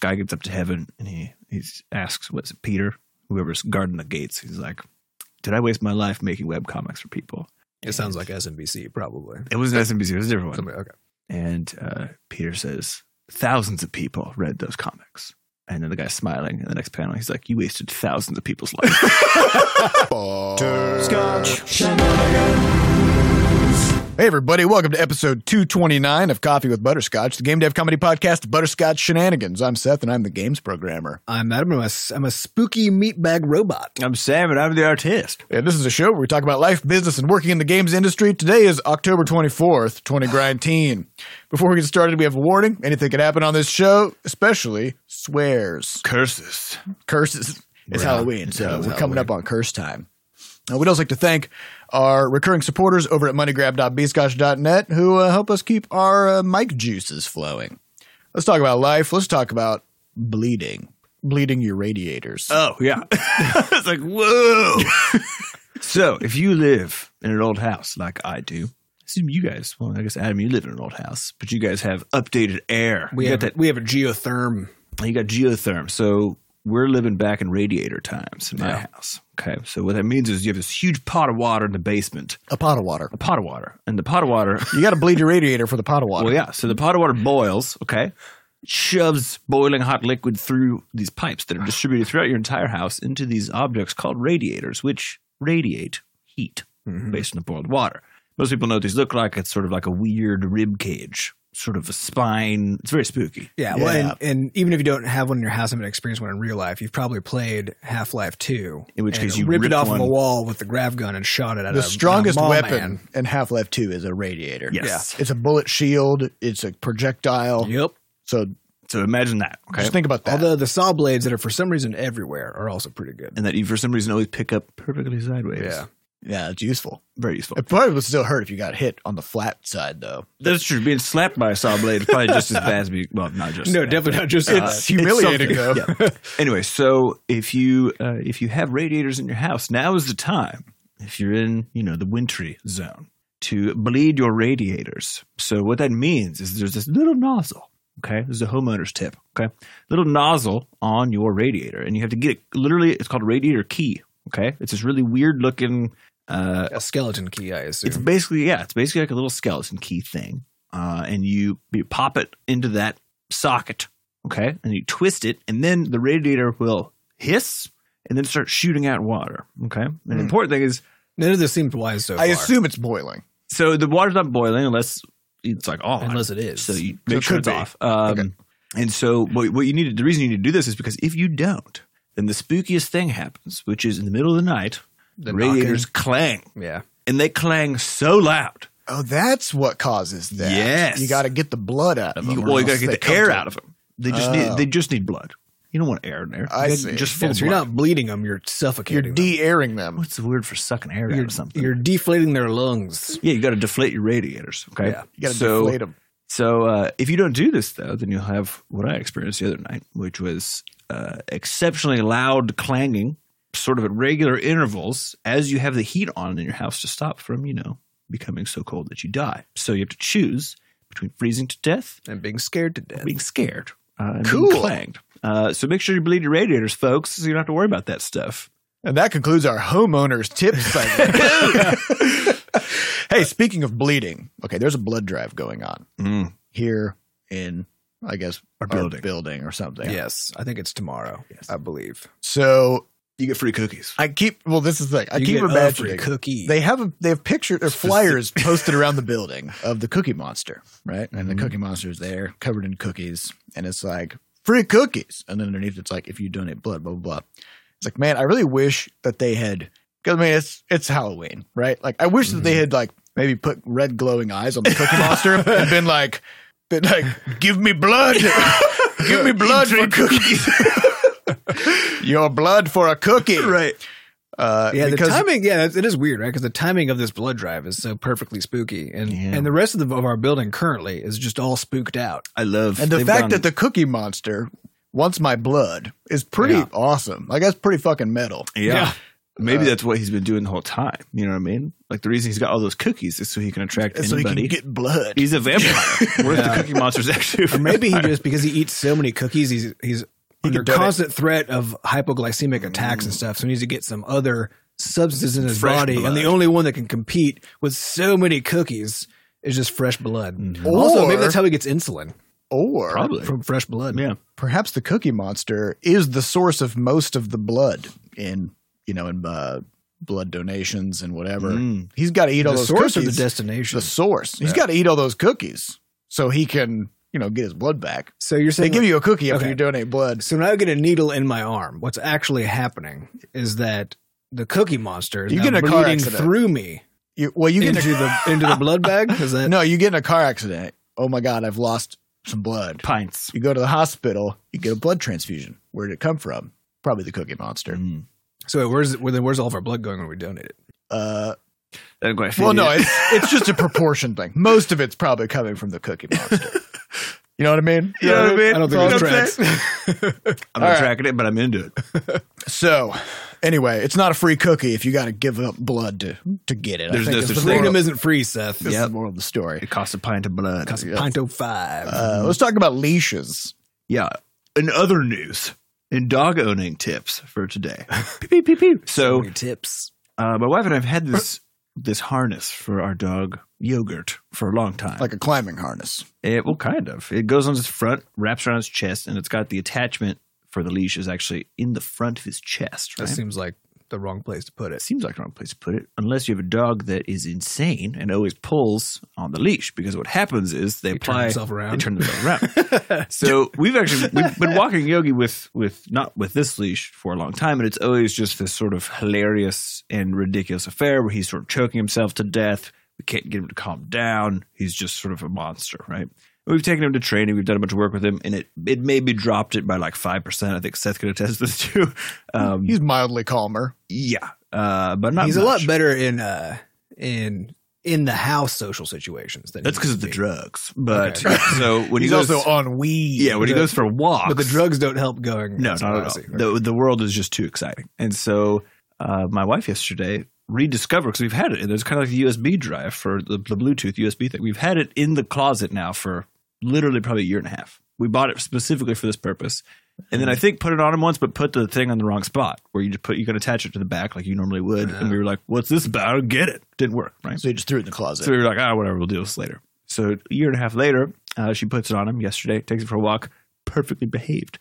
guy gets up to heaven and he he asks, "What's it, Peter? Whoever's guarding the gates?" He's like, "Did I waste my life making web comics for people?" It sounds like SNBC, probably. It was an SNBC. It was a different one. Somebody- okay. And uh, Peter says, thousands of people read those comics. And then the guy's smiling. And the next panel, he's like, you wasted thousands of people's lives. Hey, everybody, welcome to episode 229 of Coffee with Butterscotch, the game dev comedy podcast, Butterscotch Shenanigans. I'm Seth, and I'm the games programmer. I'm Adam. I'm a, I'm a spooky meatbag robot. I'm Sam, and I'm the artist. And this is a show where we talk about life, business, and working in the games industry. Today is October 24th, 2019. Before we get started, we have a warning. Anything can happen on this show, especially swears. Curses. curses. It's Right. Halloween, so Yeah, it's we're coming up on curse time. Uh, we'd also like to thank our recurring supporters over at moneygrab.bscotch.net who uh, help us keep our uh, mic juices flowing. Let's talk about life. Let's talk about bleeding, bleeding your radiators. Oh, yeah. it's like, whoa. so if you live in an old house like I do, assume you guys, well, I guess, Adam, you live in an old house, but you guys have updated air. We you have got we have a geotherm. you got geotherm. So we're living back in radiator times in my Yeah. house. Okay. So what that means is you have this huge pot of water in the basement, a pot of water. a pot of water, and the pot of water. You got to bleed your radiator for the pot of water. well, yeah. So the pot of water boils. Okay. Shoves boiling hot liquid through these pipes that are distributed throughout your entire house into these objects called radiators, which radiate heat Mm-hmm. based on the boiled water. Most people know what these look like. It's sort of like a weird rib cage, sort of a spine. It's very spooky. Yeah, Yeah. well, and, and even if you don't have one in your house, haven't experienced one in real life, you've probably played Half Life Two, In which and case you ripped it ripped off one- of a wall with the grav gun and shot it at The a, strongest at a mall weapon man. in Half Life 2 is a radiator. Yes. It's a bullet shield, it's a projectile. Yep. So So imagine that. Okay. just think about that. Although the saw blades that are for some reason everywhere are also pretty good. and that you for some reason always pick up perfectly sideways. Yeah. yeah, it's useful. Very useful. It probably would still hurt if you got hit on the flat side, though. That's true. Being slapped by a saw blade is probably just as bad as being, well, not just. No, definitely not just Uh, It's humiliating, something. though. Yeah. Anyway, so if you uh, if you have radiators in your house, now is the time. If you're in you know the wintry zone, to bleed your radiators. So what that means is there's this little nozzle. Okay, this is a homeowner's tip. Okay, little nozzle on your radiator, and you have to get it. Literally, it's called a radiator key. Okay, it's this really weird looking uh, a skeleton key, I assume. it's basically yeah, it's basically like a little skeleton key thing, uh, and you you pop it into that socket, okay, and you twist it, and then the radiator will hiss and then start shooting out water, okay. And the Hmm. important thing is, None of this seems wise so far. I assume it's boiling. so the water's not boiling unless it's like on, unless it is. so you So make it sure could it's be. off. Um, Okay. And so what, what you need, the reason you need to do this is because if you don't, then the spookiest thing happens, which is in the middle of the night, the radiators clang, yeah. and they clang so loud Oh, that's what causes that. Yes. you got to get the blood out of You, them. well, or you gotta else they get the come air to- out of them. They just Oh. need they just need blood. You don't want air in there. I You see. Just full Yeah, of so you're blood. not bleeding them, you're You're suffocating them. de-airing them. What's the word for sucking air out you're, of something? you're deflating their lungs. yeah, you got to deflate your radiators. Okay, Yeah, You got to so deflate them. so uh, if you don't do this though, then you'll have what I experienced the other night, which was uh, exceptionally loud clanging, sort of at regular intervals, as you have the heat on in your house to stop from you know becoming so cold that you die. So you have to choose between freezing to death and being scared to death. being scared uh, and Cool. being clanged. Uh, so make sure you bleed your radiators, folks, so you don't have to worry about that stuff. And that concludes our homeowners tips segment. hey, speaking of bleeding, okay, there's a blood drive going on here in, I guess, Our building. building Mm. or something. Yes, I think it's tomorrow. Yes. I believe. So You get free cookies. I keep. Well, this is the thing. I You keep get a imagining. free cookie. They have a, they have pictures or flyers posted around the building of the Cookie Monster, right? And the Mhm. Mm-hmm. Cookie Monster is there, covered in cookies, and it's like free cookies, and then underneath it's like if you donate blood, blah blah blah. It's like man, I really wish that they had. Cause I mean, it's it's Halloween, right? Like I wish Mm-hmm. that they had like maybe put red glowing eyes on the Cookie Monster and been like, been like, give me blood, give me blood for cookies. Your blood for a cookie, Right. Uh, yeah, the because timing. Yeah, it is weird, right? Because the timing of this blood drive is so perfectly spooky, and Yeah. and the rest of, the, of our building currently is just all spooked out. I love And the they've fact gone- that the Cookie Monster wants my blood is pretty Yeah. awesome. Like that's pretty fucking metal. yeah. Yeah. Maybe Uh, that's what he's been doing the whole time. You know what I mean? Like the reason he's got all those cookies is so he can attract so he anybody. can get blood. he's a vampire. What if Yeah. the Cookie Monster's actually? a Or maybe he vampire? just because he eats so many cookies, he's he's under donate. constant threat of hypoglycemic Mm. attacks and stuff. So he needs to get some other substances in his Fresh body, and blood. the only one that can compete with so many cookies is just fresh blood. Mhm. also, maybe Mm-hmm. Or- that's how he gets insulin Or probably. from fresh blood. Yeah. perhaps the Cookie Monster is the source of most of the blood in you know in uh, blood donations and whatever. Mm. He's got to eat the all those source cookies. of the destination. the source. He's Yeah. got to eat all those cookies so he can you know get his blood back. so you're They saying give you a cookie after Okay. you donate blood. So when I get a needle in my arm, what's actually happening is that the cookie monster is You now get in a car bleeding accident. through me You, well, you get in into the into the blood bag. Is a, that no, you get in a car accident. Oh my god, I've lost some blood. Pints. You go to the hospital. You get a blood transfusion. Where did it come from? Probably the Cookie Monster. Mm. so? wait, Where's where, where's all of our blood going when we donate it? Uh, That quite well, fit. no, it's, it's just a proportion thing. Most of it's probably coming from the Cookie Monster. You know what I mean? You know what I mean? I don't You think know what it I'm tracks. saying? I'm not All right. tracking it, but I'm into it. So, anyway, it's not a free cookie if you got to give up blood to to get it. There's I no think such is the thing. moral, Freedom isn't free, Seth. is the moral of the story. It costs a pint of blood. Cost a Yeah. Pinto five. Uh, let's talk about leashes. Yeah. In other news, in dog owning tips for today. Pew, pew, pew, pew. So, Any tips. uh, my wife and I have had this this harness for our dog yogurt for a long time. like a climbing harness. It well, kind of. It goes on his front, wraps around his chest, and it's got the attachment for the leash is actually in the front of his chest. That Right? seems like the wrong place to put It it. seems like the wrong place to put it, unless you have a dog that is insane and always pulls on the leash. Because what happens is they He turned apply himself around. They turn themselves around. So we've actually we've been walking Yogi with with not with this leash for a long time, and it's always just this sort of hilarious and ridiculous affair where he's sort of choking himself to death. We can't get him to calm down. He's just sort of a monster, right? And We've taken him to training. We've done a bunch of work with him, and it it maybe dropped it by like five percent. I think Seth could attest to this too. Um, He's mildly calmer. yeah, uh, but not. He's a lot much. better in uh in in the house social situations. Than he That's because would of the be. drugs. But Okay. so when He's he goes, also on weed. yeah, when he the- goes for walks, But the drugs don't help going. No, to not at all. Aussie. The, the world is just too exciting. And so uh, my wife yesterday rediscovered, because we've had it, and there's kind of like a USB drive for the, the Bluetooth USB thing. We've had it in the closet now for literally probably a year and a half. We bought it specifically for this purpose. And then I think put it on him once, but put the thing on the wrong spot where you just put you can attach it to the back like you normally would. And we were like, "What's this about? I don't get it." Didn't work, right? So he just threw it in the closet. So we were like, ah, whatever, we'll deal with this later. So a year and a half later, uh, she puts it on him yesterday, takes it for a walk, perfectly behaved.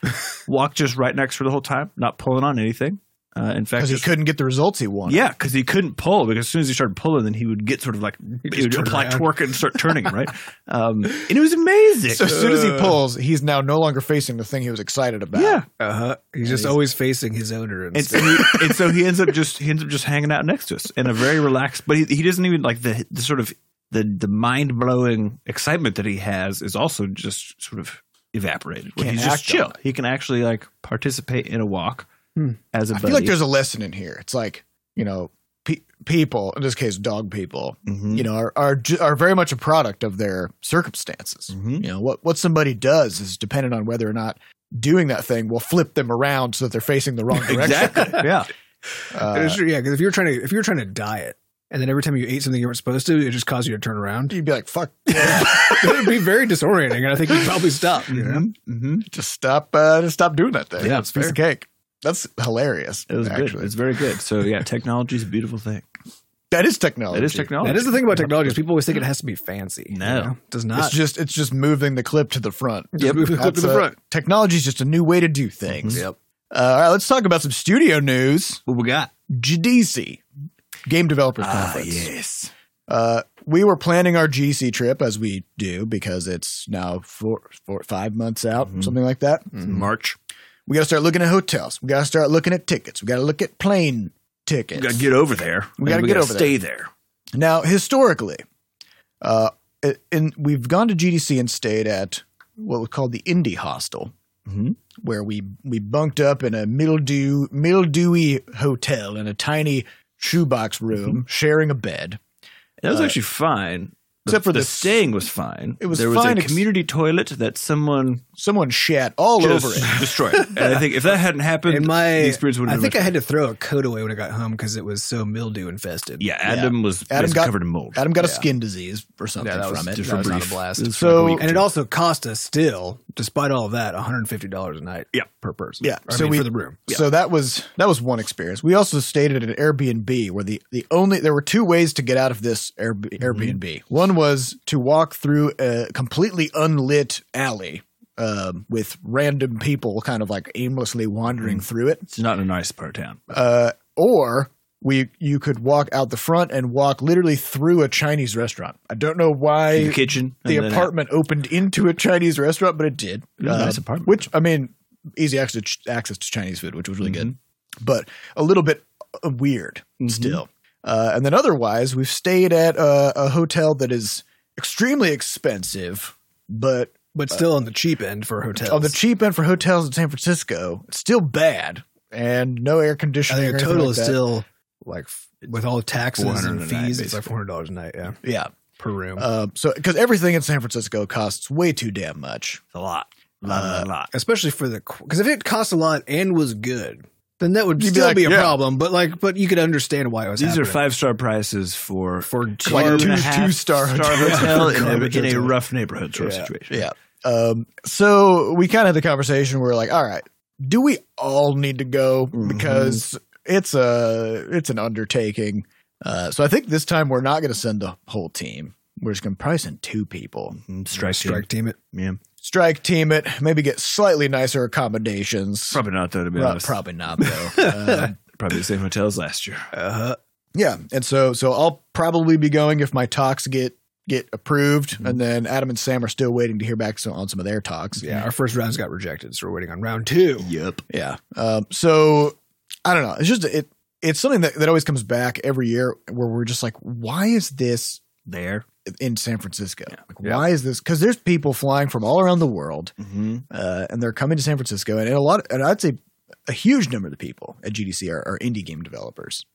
Walked just right next to her the whole time, not pulling on anything. Uh, in fact, Because he just- couldn't get the results he wanted. yeah, because he couldn't pull. Because as soon as he started pulling, then he would get sort of like he would turn apply around. torque and start turning, right? Um, and it was amazing. So as soon as he pulls, he's now no longer facing the thing he was excited about. Uh. yeah, Uh huh. He's just he's- always facing his owner and and so, he, and so he ends up just he ends up just hanging out next to us in a very relaxed. But he, he doesn't even like the the sort of the the mind blowing excitement that he has is also just sort of evaporated. When can't he's just act on chill. it. He can actually like participate in a walk Hmm. as a I buddy. feel like there's a lesson in here. It's like, you know, pe- people, in this case, dog people, Mhm. you know, are, are, ju- are very much a product of their circumstances. Mhm. You know, what, what somebody does is dependent on whether or not doing that thing will flip them around so that they're facing the wrong direction. exactly. Yeah, Uh, It's true, yeah, because if you're trying to if you're trying to diet and then every time you ate something you weren't supposed to, it just caused you to turn around. you'd be like, fuck, it would be very disorienting, and I think you'd probably stop. You know? Mhm. Mhm. just stop uh just stop doing that thing Yeah, it's a piece fair. of cake that's hilarious it was good. actually It's very good. So yeah, technology is a beautiful thing. that is technology It is technology. That is the thing about technology is people always think it has to be fancy. you No. know? does it's not. just it's just moving the clip to the front Just move the clip to That's the a- front. technology is just a new way to do things Mm-hmm. Yep. uh, all right let's talk about some studio news What we got? gdc game developers Ah, conference yes. uh we were planning our gc trip as we do because it's now four four five months out Mhm. something like that March. we gotta start looking at hotels we gotta start looking at tickets we gotta look at plane tickets We gotta get over there. We gotta And get over stay there. Now, historically, uh, i- in, we've gone to GDC and stayed at what was called the Indie Hostel, Mhm. where we we bunked up in a mildew mildewy Mm-hmm. hotel in a tiny shoebox room, sharing a bed. That was Uh, actually fine Except for the the- staying was fine. It was there fine was a ex- community toilet that someone Someone shat all just over it. destroyed. And I think if that hadn't happened, And my, the experience would I have been. think I much had to throw a coat away when I got home because it was so mildew infested. better. yeah, Adam was Adam basically got- covered in mold. Adam got a Yeah. skin disease or something Yeah, that was from it. just for that was not a brief. blast. So- And it also cost us still, despite all of that, one hundred and fifty dollars a night. Yeah. per person. Yeah. I So mean, we- for the room. So that was that was one experience. We also stayed at an Airbnb where the the only there were two ways to get out of this Airb- Mm-hmm. Airbnb. One was to walk through a completely unlit alley um, with random people kind of like aimlessly wandering Mm-hmm. through it, it's not a nice part of town. uh, or we you could walk out the front and walk literally through a Chinese restaurant. I don't know In the why kitchen, the and then apartment opened into a Chinese restaurant, but it did. It was a Um, nice apartment. Which I mean, easy access to, access to Chinese food, which was really Mm-hmm. good, but a little bit uh, weird Mhm. still. Uh, and then otherwise, we've stayed at uh, a, a hotel that is extremely expensive, but But still on the cheap end for hotels. on the cheap end for hotels in San Francisco, it's still bad and no air I conditioning. think or the anything total like is that. still like f- with all taxes 400 and a night, fees, it's like basically. four hundred dollars a night. Yeah, yeah. per room. Uh, so because everything in San Francisco costs way too damn much. a lot, a lot, a Uh, lot, a lot. especially for the because if it cost a lot and was good, then that would You'd be still be, like, a yeah. problem. But like, but you could understand why it was. These are happening. five star prices for for two Like and two- a half two-star hotel. hotel Yeah. in, a, Garbage in a hotel. rough neighborhood sort of Yeah. situation. Yeah. Um, so we kind of had the conversation where we're like, all right, do we all need to go Mhm. because it's a it's an undertaking. Uh, so I think this time we're not going to send the whole team. We're just going to probably send two people. Mhm. Strike, strike strike. team it. Yeah, Strike team it. Maybe get slightly nicer accommodations. probably not though. To be Pro- honest, probably not though. Um, probably the same hotels last year. Uh-huh. Yeah, and so so I'll probably be going if my talks get get approved, Mm-hmm. and then Adam and Sam are still waiting to hear back so- on some of their talks. Yeah, our first rounds got rejected, so we're waiting on round two. Yep. yeah. Um, so I don't know. It's just it it's something that that always comes back every year where we're just like, why is this There. in San Francisco? Like, Yeah. Why is this? Because there's people flying from all around the world, Mm-hmm. uh, and they're coming to San Francisco, and, a lot, and I'd say a huge number of the people at GDC are, are indie game developers.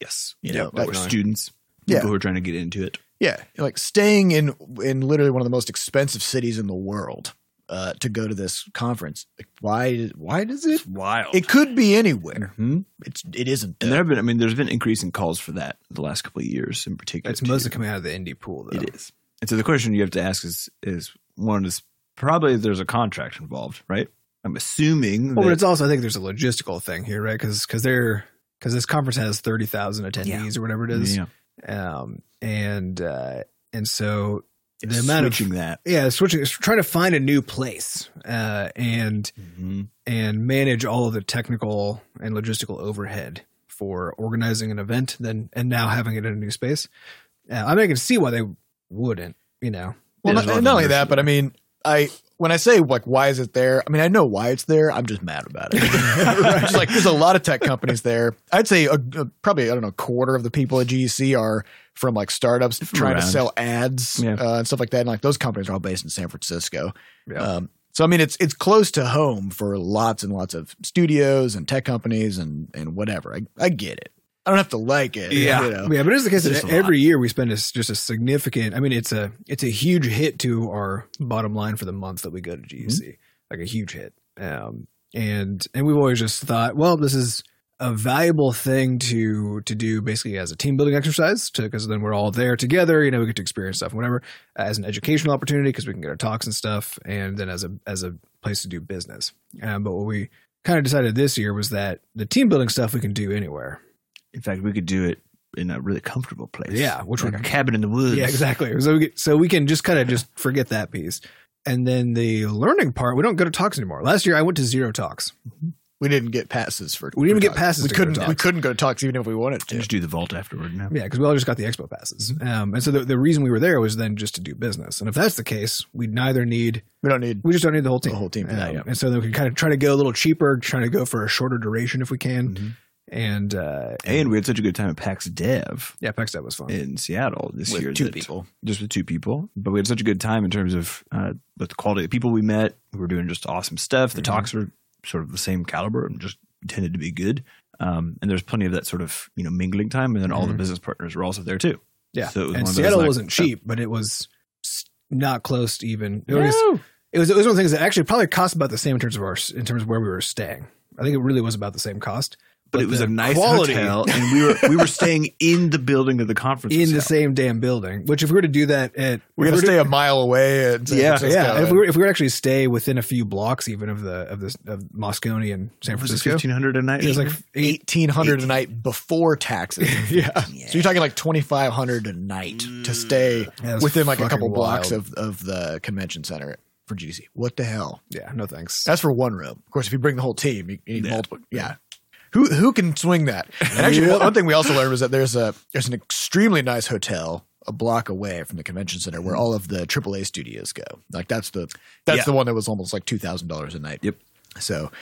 Yes. You Yep, know, Like like, we're Definitely. students. Yeah. People who are trying to get into it. Yeah, like staying in in literally one of the most expensive cities in the world uh, to go to this conference. Like, why? Why does it? wild. It could be anywhere. hmm It's it isn't. And though. there have been, I mean, there's been increasing calls for that the last couple of years in particular. It's too. mostly coming out of the indie pool, though. It is. And so the question you have to ask is, is one is probably there's a contract involved, right? I'm assuming. Well, that- Oh, but it's also I think there's a logistical thing here, right? Because they're because this conference has thirty thousand attendees or whatever it is, yeah. um, and uh, and so It's the amount of- switching that. yeah, switching, it's trying to find a new place uh, and Mhm. and manage all of the technical and logistical overhead for organizing an event, then and now having it in a new space. Uh, I mean, I can see why they wouldn't, you know. well, there's not, a lot of not only that, diversity. but I mean, I when I say like why is it there? I mean, I know why it's there. I'm just mad about it. I'm just like there's a lot of tech companies there. I'd say a, a- probably I don't know a quarter of the people at GDC are from like startups trying to around. sell ads Yeah. uh, and stuff like that. And like those companies are all based in San Francisco. Yeah. Um, so I mean, it's it's close to home for lots and lots of studios and tech companies and and whatever. I, I get it. I don't have to like it. you know? yeah, but it's the case There's that a lot. every year we spend a, just a significant. I mean, it's a it's a huge hit to our bottom line for the month that we go to GEC, Mm-hmm. like a huge hit. Um, and and we've always just thought, well, this is a valuable thing to to do, basically as a team building exercise, because then we're all there together. You know, we get to experience stuff, and whatever, as an educational opportunity because we can get our talks and stuff, and then as a as a place to do business. Um, but what we kind of decided this year was that the team building stuff we can do anywhere. In fact, we could do it in a really comfortable place. Yeah, which like would- a cabin in the woods. Yeah, exactly. So we, get- so we can just kind of just forget that piece. And then the learning part, we don't go to talks anymore. Last year I went to zero talks. We didn't get passes for. We didn't for get talks. passes We to go to couldn't. We talks. couldn't go to talks even if we wanted And to. just do the vault afterward now. Yeah, because we all just got the expo passes. Um, and so the, the reason we were there was then just to do business. And if that's the case, we neither need, We don't need we just don't need the whole team. the whole team for that. Um, yeah. And so then we can kind of try to go a little cheaper, trying to go for a shorter duration if we can. Mm. Mhm. And uh, And we had such a good time at PAX Dev yeah, PEX that was fun. in Seattle this With year. two that- people. just with two people, but we had such a good time in terms of uh, the quality of the people we met. We were doing just awesome stuff. The Mhm. talks were sort of the same caliber and just tended to be good. Um, and there's plenty of that sort of you know mingling time, and then all the Mhm. business partners were also there too. Yeah. So it was one and of those, Seattle like, wasn't cheap, but it was s- not close to even. It was, it was it was one of the things that actually probably cost about the same in terms of our in terms of where we were staying. I think it really was about the same cost but, it was the a nice quality- hotel, and we were we were staying in the building of the conference. in the hotel. same damn building. Which if we were to do that at We're if we gonna were stay a mile away. At San Yeah, to- Francisco yeah, if and- we were if we were to actually stay within a few blocks even of the of this of Moscone and San What was it Francisco, fifteen hundred a night? it was like eight. eighteen hundred a night before taxes. yeah, So you're talking like twenty five hundred a night to stay Mm. That's within like a fucking couple blocks wild. of, of the convention center for GC. What the hell? yeah. No thanks. That's for one room. Of course, if you bring the whole team, you, you need Yeah. multiple. Yeah. Who who can swing that? And actually, one thing we also learned was that there's a there's an extremely nice hotel a block away from the convention center where all of the AAA studios go. Like that's the that's Hmm. Yeah. the one that was almost like two thousand dollars a night. Yep. So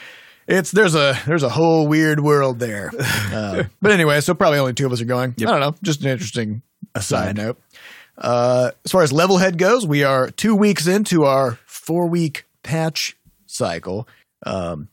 it's there's a there's a whole weird world there. Uh, but anyway, so probably only two of us are going. Yep. I don't know. Just an interesting Aside. aside note. Uh, as far as level head goes, we are two weeks into our four week patch cycle. Um,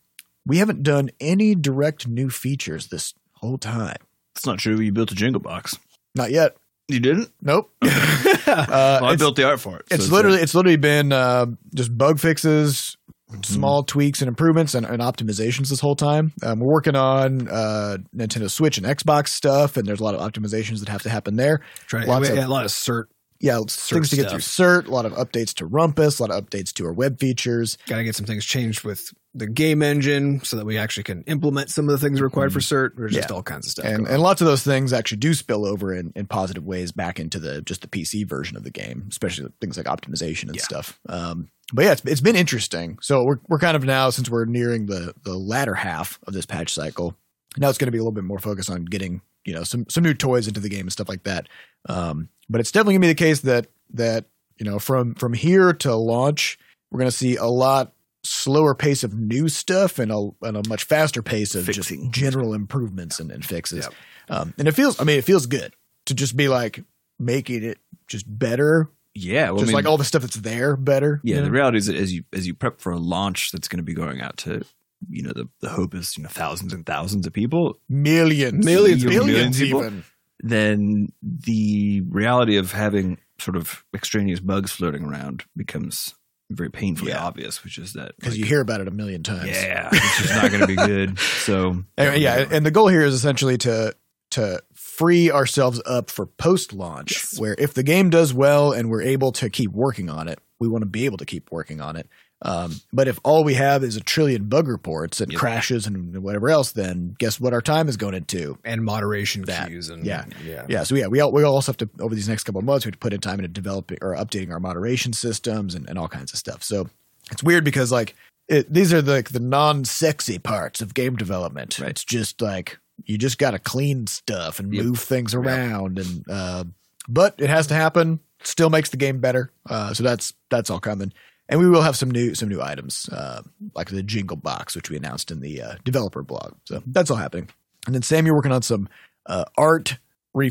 we haven't done any direct new features this whole time. It's not true. You built a jingle box. Not yet. You didn't? Nope. Uh, Well, I it's- built the art for it. so it's a- literally it's literally been uh, just bug fixes small tweaks and improvements and, and optimizations this whole time um, we're working on uh, nintendo switch and xbox stuff and there's a lot of optimizations that have to happen there Trying lots to, of- yeah, a lot of cert. yeah things to get stuff. through cert a lot of updates to rumpus a lot of updates to our web features Got to get some things changed with the game engine so that we actually can implement some of the things required for cert. There's just all kinds of stuff. and, going and lots of those things actually do spill over in, in positive ways back into the just the pc version of the game especially things like optimization and Yeah. stuff um, but yeah it's, it's been interesting so we're, we're kind of now since we're nearing the the latter half of this patch cycle now it's going to be a little bit more focused on getting you know some some new toys into the game and stuff like that um, but it's definitely going to be the case that that you know from from here to launch we're going to see a lot slower pace of new stuff and a, and a much faster pace of Fixing. just general improvements and, and fixes Yep. um, and it feels i mean it feels good to just be like making it just better yeah. Well, I just mean, like all the stuff that's there better yeah, Yeah. The reality is, that as you as you prep for a launch that's going to be going out to, you know, the, the hope is you know thousands and thousands of people. millions Millions of millions, millions people. even Then the reality of having sort of extraneous bugs floating around becomes very painfully Yeah. obvious, which is that because like, you hear about it a million times yeah, it's just not going to be good. So Anyway, yeah, and- and the goal here is essentially to to free ourselves up for post launch, Yes. where if the game does well and we're able to keep working on it, we want to be able to keep working on it. Um, but if all we have is a trillion bug reports and Yep. crashes and whatever else, then guess what our time is going into? on. and moderation That. cues and Yeah. yeah. Yeah, so yeah, we all, we also have to over these next couple of months we have to put in time into developing or updating our moderation systems and, and all kinds of stuff. So it's weird because like it, these are like the non-sexy parts of game development. Right. It's just like you just got to clean stuff and Yep. move things around, and uh, but it has to happen. Still makes the game better. Uh, so that's that's all coming. And we will have some new some new items, uh, like the jingle box, which we announced in the uh, developer blog. So that's all happening. And then Sam, you're working on some uh, art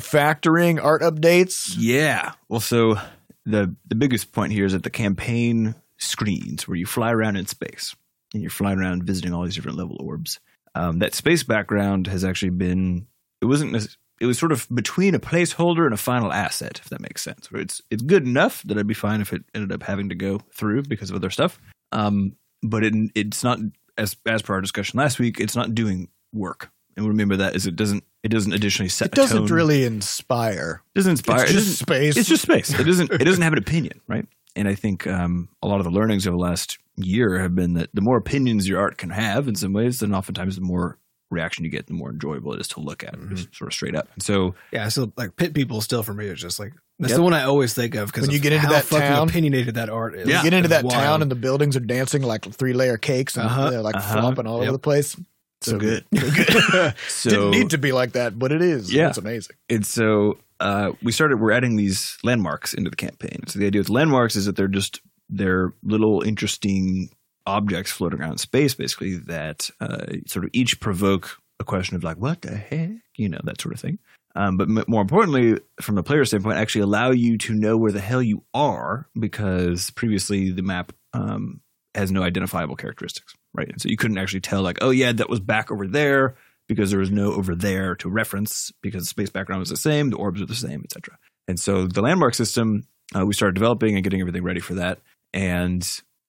refactoring, art updates. Yeah. Well, so the the biggest point here is that the campaign screens where you fly around in space and you're flying around visiting all these different level orbs. Um, that space background has actually been it wasn't nec- it was sort of between a placeholder and a final asset, if that makes sense. Where it's it's good enough that I'd be fine if it ended up having to go through because of other stuff. Um, but it it's not as as per our discussion last week. It's not doing work, and remember that is it doesn't it doesn't additionally set It doesn't a tone. really inspire. doesn't inspire It's it just doesn't- space. it's just space. It doesn't. It doesn't have an opinion, right? And I think um, a lot of the learnings over the last year have been that the more opinions your art can have, in some ways, then oftentimes the more reaction you get, the more enjoyable it is to look at, Mhm. just sort of straight up. And so, Yeah, so like pit people still for me is just like that's Yep. the one I always think of because When you get into that fucking town- opinionated that art is. Yeah. You get into It's that town wild. and the buildings are dancing like three layer cakes and Uh-huh, they're like uh-huh, flopping all yep. over the place. So good. So good. so Didn't need to be like that, but it is. Yeah. It's amazing. And so uh, we started. We're adding these landmarks into the campaign. So the idea with landmarks is that they're just they're little interesting objects floating around in space, basically that uh, sort of each provoke a question of like, what the heck, you know, that sort of thing. Um, but m- more importantly, from a player standpoint, actually allow you to know where the hell you are because previously the map um, has no identifiable characteristics, right? And so you couldn't actually tell, like, oh yeah, that was back over there because there was no over there to reference because the space background was the same, the orbs were the same, etc. And so the landmark system, uh, we started developing and getting everything ready for that. And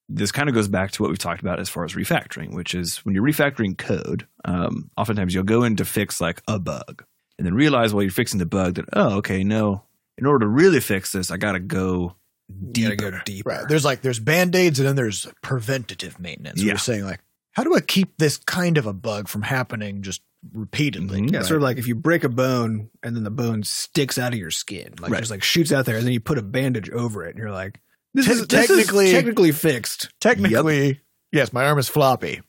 this kind of goes back to what we've talked about as far as refactoring, which is when you're refactoring code, um, oftentimes you'll go in to fix like a bug and then realize while you're fixing the bug that, oh, okay, no, in order to really fix this, I got to go You deeper. gotta go deeper. Right. There's like there's band-aids and then there's preventative maintenance. Yeah. We're saying like, how do I keep this kind of a bug from happening just repeatedly? Mhm. Yeah, sort of like if you break a bone and then the bone sticks out of your skin, like Right. just like shoots out there, and then you put a bandage over it, and you're like, this Te- is this is technically- technically fixed, Technically, yes, my arm is floppy,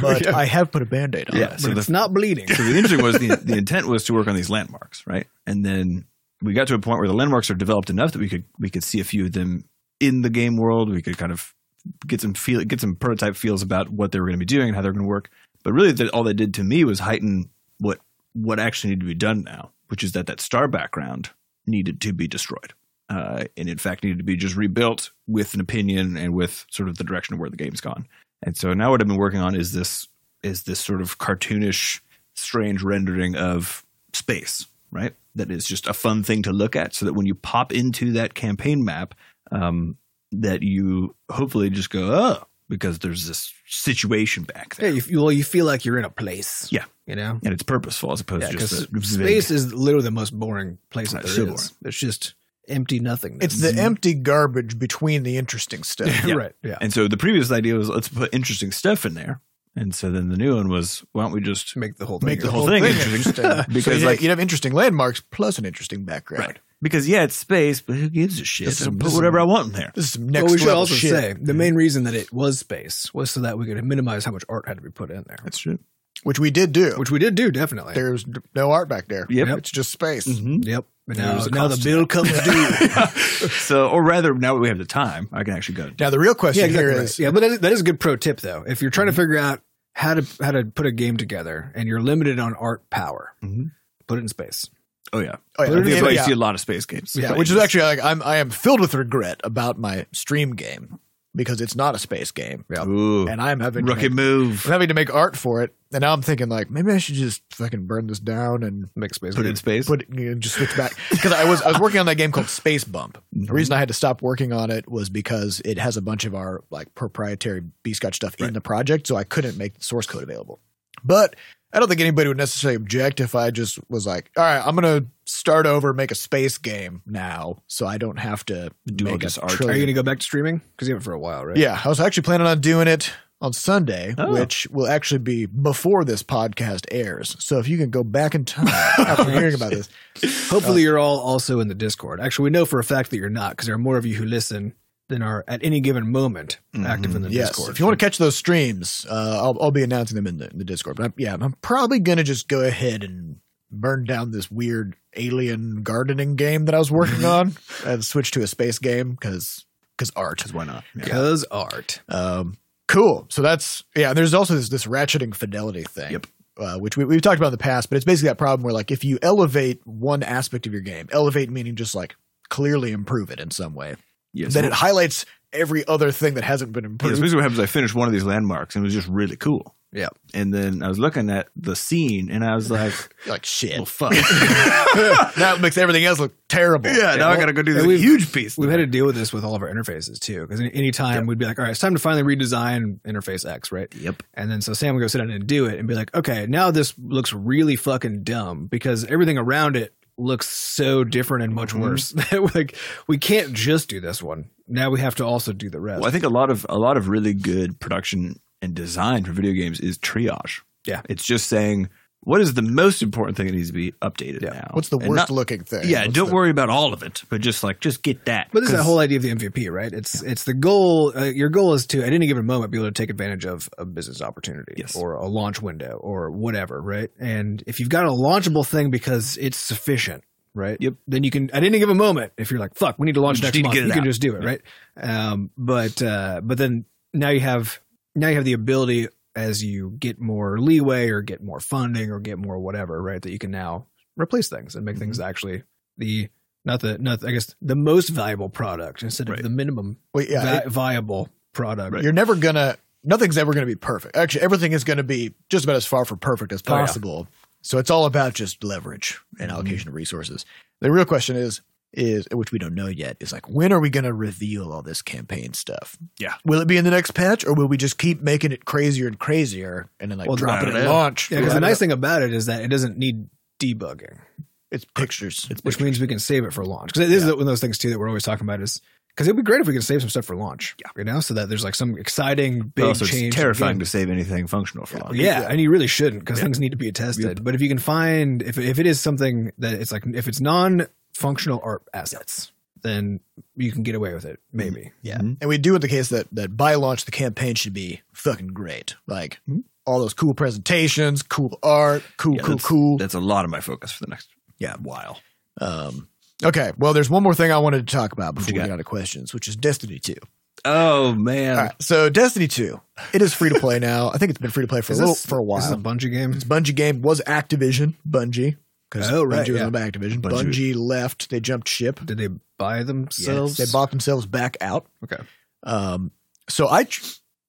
but Yeah. I have put a band-aid on Yeah. it. so but the- it's not bleeding. so the interesting was the, the intent was to work on these landmarks, right? And then we got to a point where the landmarks are developed enough that we could we could see a few of them in the game world. We could kind of get some feel, get some prototype feels about what they were going to be doing and how they're going to work. But really, that all they did to me was heighten what what actually needed to be done now, which is that that star background needed to be destroyed, uh, and in fact needed to be just rebuilt with an opinion and with sort of the direction of where the game's gone. And so now what I've been working on is this is this sort of cartoonish strange rendering of space, right? That is just a fun thing to look at, so that when you pop into that campaign map, um, that you hopefully just go, oh, because there's this situation back yeah, there, you, you- well, you feel like you're in a place. Yeah. you know, and it's purposeful as opposed yeah, to just because a space is literally the most boring place that Right, there is. so It's just empty nothingness. It's the empty garbage between the interesting stuff. Yeah. right. Yeah, And so the previous idea was let's put interesting stuff in there, and so then the new one was why don't we just to make the whole thing Make the whole thing thing, interesting. interesting. Because, because like- like you'd have interesting landmarks plus an interesting background. right because yeah, it's space, but who gives a shit? This is- So this put is- whatever I want in there. This is some Well, next we should level also shit. say the main reason that it was space was so that we could minimize how much art had to be put in there, That's true. which we did do. which we did do definitely. There's no art back there. Yep. It's just space. hmm Yep. But There now, was a now the cost to bill comes due. so, or rather, now that we have the time, I can actually go. Now the real question yeah, exactly. here right. is Yeah, but that is, that is a good pro tip though. If you're trying to figure out how to how to put a game together and you're limited on art power, Mhm. put it in space. Oh yeah, oh, yeah, I think that's why you Mm-hmm. yeah, see a lot of space games. yeah, But which is actually like I'm I am filled with regret about my stream game because it's not a space game. Ooh, And I'm having to rookie make, I'm move. having to make art for it. And now I'm thinking like maybe I should just fucking burn this down and Make space. Put it game. in space. put you know, just switch back because I was I was working on that game called Space Bump. The reason I had to stop working on it was because it has a bunch of our like proprietary B Scotch stuff in the project, so I couldn't make the source code available. But I don't think anybody would necessarily object if I just was like, "All right, I'm gonna start over, make a space game now, so I don't have to Mm-hmm. Do all make a this art." Are you trillion going to go back to streaming? Because you have it for a while, right? yeah, I was actually planning on doing it on Sunday, Oh. which will actually be before this podcast airs. So if you can go back in time after hearing about this, Hopefully, you're all also in the Discord. Actually, we know for a fact that you're not because there are more of you who listen than are at any given moment active in the yes, Discord. if you want to catch those streams, uh, I'll, I'll be announcing them in the, in the Discord. But I'm, yeah, I'm probably gonna just go ahead and burn down this weird alien gardening game that I was working on and switch to a space game because because art. Because why not? Yeah. because art. Um, cool. So that's yeah. There's also this this ratcheting fidelity thing. Yep. Uh, which we, we've talked about in the past, but it's basically that problem where like if you elevate one aspect of your game, elevate meaning just like clearly improve it in some way, Yes. then it highlights every other thing that hasn't been Yeah, so improved. basically what happens is I finished one of these landmarks and it was just really cool. Yeah. And then I was looking at the scene and I was like, You're like shit. well, fuck. now it makes everything else look terrible. yeah, now I got to go do we've- this huge piece. We've had to deal with this with all of our interfaces too, because any time we'd be like, all right, it's time to finally redesign interface X, right? Yep. And then so Sam would go sit down and do it and be like, okay, now this looks really fucking dumb because everything around it looks so different and much worse. like we can't just do this one. Now we have to also do the rest. Well, I think a lot of a lot of really good production and design for video games is triage. Yeah. It's just saying what is the most important thing that needs to be updated Yeah. now. What's the And worst not- looking thing? Yeah, What's don't the- worry about all of it, but just like just get that. But this is that 'Cause- whole idea of the MVP, right? It's it's the goal. Uh, your goal is to at any given moment be able to take advantage of a business opportunity Yes. or a launch window or whatever, right? And if you've got a launchable thing because it's sufficient, right? Yep. Then you can at any given moment, if you're like, "Fuck, we need to launch just next need to month," get it you can out. just do it, Yeah. right? Um, but uh, but then now you have now you have the ability as you get more leeway or get more funding or get more whatever, right? That you can now replace things and make Mm-hmm. things actually the not the not the- I guess the most valuable product instead of Right. the minimum Wait, yeah, vi- viable product. Right. you're never gonna nothing's ever gonna be perfect actually everything is gonna be just about as far from perfect as Oh, yeah. possible so it's all about just leverage and allocation of resources the real question is is, which we don't know yet, is like, when are we going to reveal all this campaign stuff? Yeah. Will it be in the next patch or will we just keep making it crazier and crazier and then like Well, drop I it don't at know. launch? Yeah, because the nice thing about it is that it doesn't need debugging, It's pictures. It's which pictures. means we can save it for launch. Because it is Yeah. one of those things too that we're always talking about is because it'd be great if we could save some stuff for launch. Yeah, you know, so that there's like some exciting big also, change. it's in the terrifying game. to save anything functional for long. Yeah, Yeah. and you really shouldn't because Yeah. things need to be tested. But if you can find if if it is something that it's like if it's non-functional art assets, then you can get away with it. Mm-hmm. Maybe. Yeah. Mhm. And we do in the case that that by launch the campaign should be fucking great. Like Mhm. all those cool presentations, cool art, cool, Yeah, cool, cool. That's a lot of my focus for the next Yeah. while. Um Okay, well, there's one more thing I wanted to talk about before you we got? get out of questions, which is Destiny 2. Oh man, All right, so Destiny 2, it is free to play now. I think it's been free to play for a Is little, this- for a This is a while. Bungie game. It's Bungie game was Activision, Bungie, because Oh, right, Bungie was yeah. owned by Activision. Bungie. Bungie left; they jumped ship. Did they buy themselves? They bought themselves back out. Okay. Um, so I tr-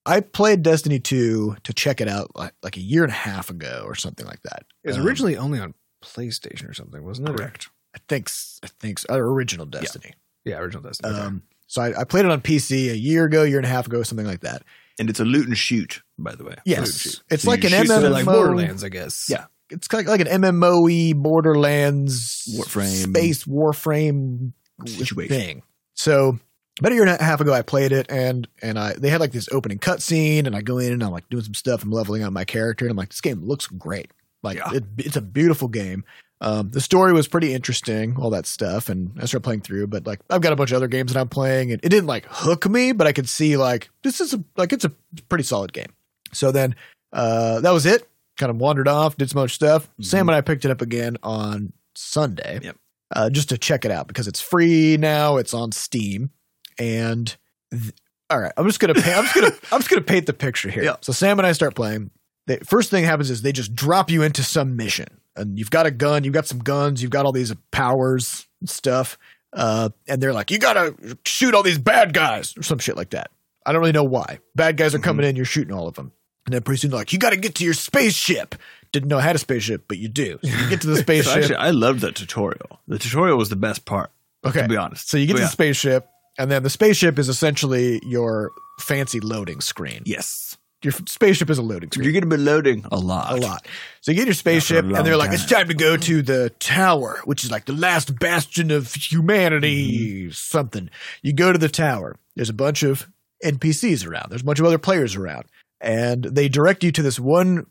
I played Destiny 2 to check it out like, like a year and a half ago or something like that. It was Um, originally only on PlayStation or something, wasn't it? correct. I think s- I think s- uh, original Destiny. Yeah, original Destiny. okay. Um, so I, I played it on PC a year ago, year and a half ago, something like that. And it's a loot and shoot, by the way. Yes, it's So like you shoot So an they're MMO. something like Borderlands, I guess. Yeah. It's kind of like an MMOE Borderlands Warframe. space Warframe Situation. thing. So about a year and a half ago, I played it, and and I they had like this opening cutscene, and I go in and I'm like doing some stuff, I'm leveling up my character, and I'm like, this game looks great, like Yeah. it, it's a beautiful game. Um, the story was pretty interesting, all that stuff, and I started playing through. But like, I've got a bunch of other games that I'm playing, and it didn't like hook me, but I could see like this is a like it's a pretty solid game. So then uh, that was it. Kind of wandered off, did some other stuff. Sam and I picked it up again on Sunday Yep. uh, just to check it out because it's free now. It's on Steam, and th- all right, I'm just gonna pa- I'm just gonna I'm just gonna paint the picture here. Yeah. So Sam and I start playing. The first thing happens is they just drop you into some mission, and you've got a gun, you've got some guns, you've got all these powers and stuff, uh, and they're like, you gotta shoot all these bad guys or some shit like that. I don't really know why. Bad guys Mm-hmm. are coming in, you're shooting all of them. And then pretty soon, they're like, you got to get to your spaceship. Didn't know how to spaceship, but you do. So you get to the So spaceship. actually, I loved that tutorial. The tutorial was the best part. okay. To be honest. So you get But to yeah. the spaceship, and then the spaceship is essentially your fancy loading screen. Yes. Your f- spaceship is a loading You're screen. going to be loading a lot. A lot. So you get your spaceship, long and they're like, it's time. time to go to the tower, which is like the last bastion of humanity, Mm-hmm. something. You go to the tower. There's a bunch of NPCs around, there's a bunch of other players around, and they direct you to this one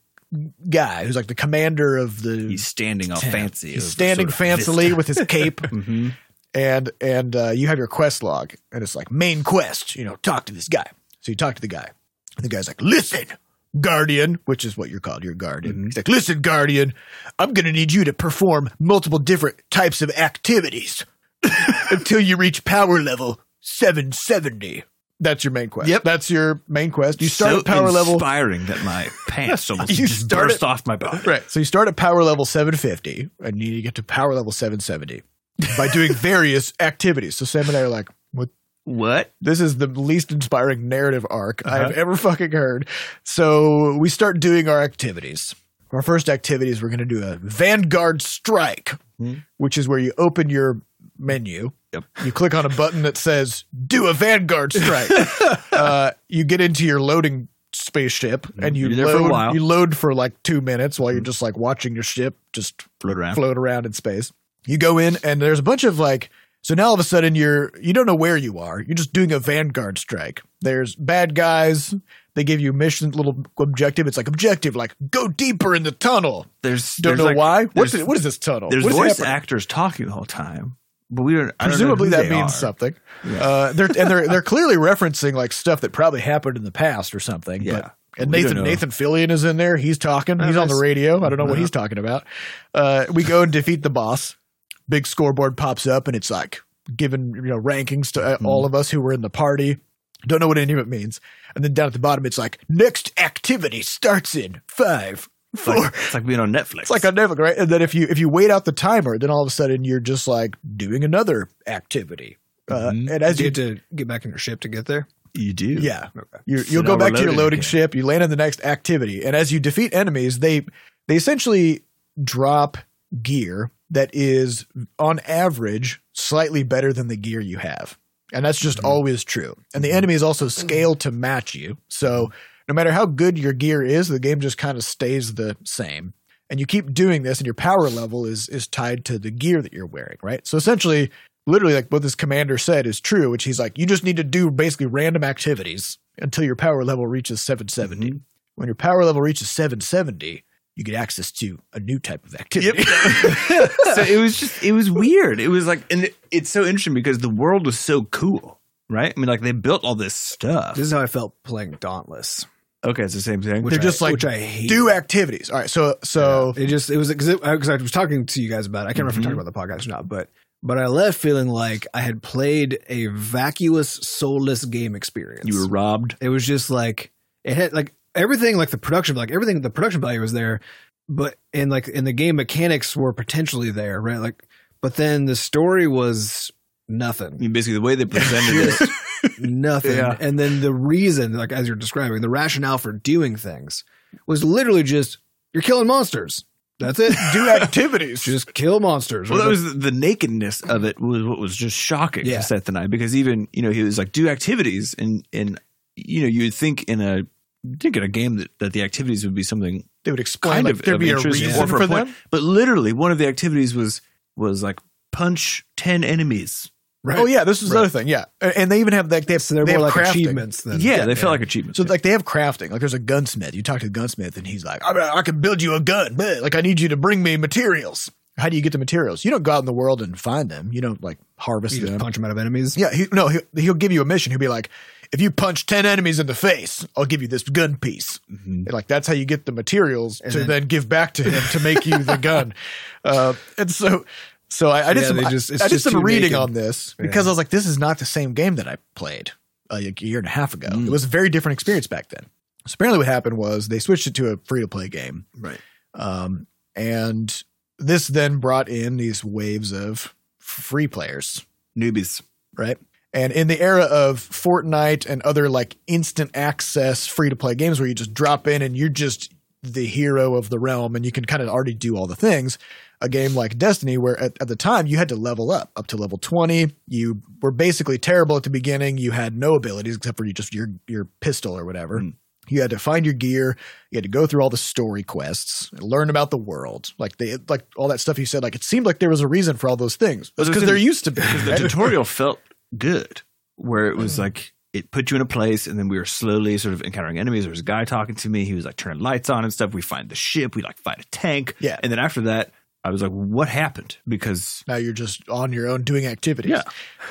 guy who's like the commander of the. He's standing all fancy. he's standing fancily with his cape hmm and and uh, you have your quest log, and it's like main quest. You know, talk to this guy. So you talk to the guy, and the guy's like, "Listen, Guardian," which is what you're called, your Guardian. Mhm. He's like, "Listen, Guardian, I'm gonna need you to perform multiple different types of activities until you reach power level 770." That's your main quest. Yep. that's your main quest. You start so at power level inspiring that my pants almost You just start burst at- off my body. Right. So you start at power level 750 and you need to get to power level 770 by doing various activities. So Sam and I are like, what? What? This is the least inspiring narrative arc I Uh-huh. have ever fucking heard. So we start doing our activities. Our first activity is we're going to do a Vanguard Strike, Hmm. which is where you open your menu. Yep. You click on a button that says "Do a Vanguard Strike." uh, you get into your loading spaceship and you You're there for a load. while. Hmm. You load for like two minutes while you're just like watching your ship just Float around. float around in space. You go in and there's a bunch of like so now all of a sudden you're you don't know where you are. You're just doing a vanguard strike. There's bad guys. They give you mission little objective. It's like objective like go deeper in the tunnel. There's Don't there's know like- why. What's there's- it, what is this tunnel? There's What is voice happening? actors talking the whole time, but we don't. I don't know Presumably who that they means are. something. Uh, they're and they're they're clearly referencing like stuff that probably happened in the past or something. Yeah. But and We don't Nathan know. Nathan Fillion is in there. He's talking. Oh, he's on nice. the Uh-huh. radio. I don't know what Yeah. he's talking about. Uh, we go and defeat the boss. Big scoreboard pops up and it's like giving you know rankings to Hmm. uh, all of us who were in the party. Don't know what any of it means. And then down at the bottom, it's like next activity starts in five, It's four, like, it's like being on Netflix. it's like on Netflix, right? And then if you if you wait out the timer, then all of a sudden you're just like doing another activity. Uh, Mhm. And as Do Mm-hmm. you you, have to get back in your ship to get there? you do. yeah, Okay. you So you'll now go back we're to your loading loading again. ship. You land on the next activity, and as you defeat enemies, they they essentially drop gear that is on average slightly better than the gear you have. And that's just always true. And the enemy is also scaled to match you. So no matter how good your gear is, the game just kind of stays the same. And you keep doing this and your power level is is tied to the gear that you're wearing, right? So essentially literally like what this commander said is true, which he's like you just need to do basically random activities until your power level reaches 770. When your power level reaches 770, you get access to a new type of activity. so it was just it was weird. It was like and it, it's so interesting because the world was so cool, right? I mean, like they built all this stuff. This is how I felt playing Dauntless. Okay, it's the same thing. Which Uh, They're I, just like, which I hate. do activities. All right, so so it just it was because I was talking to you guys about. It. I can't remember if I Mm-hmm. talked about the podcast or not, but but I left feeling like I had played a vacuous, soulless game experience. you were robbed. It was just like it had like everything, like the production, like everything. The production value was there, but and like and the game mechanics were potentially there, right? Like, but then the story was I nothing, mean, basically the way they presented it. nothing, Yeah. and then the reason, like as you're describing, the rationale for doing things was literally just you're killing monsters. That's it. do activities. just kill monsters. Well, Or that the- was the nakedness of it was what was just shocking Yeah. to Seth and I because even you know he was like do activities and and you know you would think in a you'd think in a game that, that the activities would be something they would explain kind like, of there'd of be a interest reason or for for, a point. them. but literally one of the activities was was like punch ten enemies. right. Oh yeah, this is Right. another thing. Yeah, A- and they even have like they have So they're they more like have crafting. achievements than yeah, they felt like achievements. So like they have crafting. Like there's a gunsmith. You talk to the gunsmith and he's like, I, mean, I can build you a gun, but like I need you to bring me materials. How do you get the materials? You don't go out in the world and find them. You don't like harvest you them. just punch them out of enemies. Yeah, he, no, he, he'll give you a mission. He'll be like, if you punch ten enemies in the face, I'll give you this gun piece. Mhm. And, like that's how you get the materials And to then- then, give back to him to make you the gun. Uh, and so, so I, I did Yeah, some, they I- just- I, it's did just some too reading naked. on this because I was like, this is not the same game that I played uh, like a year and a half ago. It was a very different experience back then. So apparently, what happened was they switched it to a free to play game, right. um, and this then brought in these waves of free players Newbies. right? And in the era of Fortnite and other like instant access free to play games where you just drop in and you're just the hero of the realm and you can kind of already do all the things, a game like Destiny, where at, at the time you had to level up, up to level 20. You were basically terrible at the beginning. You had no abilities except for you just your, your pistol or whatever. Hmm. You had to find your gear. You had to go through all the story quests, learn about the world, like they like all that stuff you said. Like it seemed like there was a reason for all those things Well, because there's there an- used to be. because the right? tutorial felt good, where it Mm. was like it put you in a place, and then we were slowly sort of encountering enemies. There was a guy talking to me. He was like turning lights on and stuff. We find the ship. We like fight a tank. Yeah. And then after that, I was like, "What happened?" Because now you're just on your own doing activities. Yeah.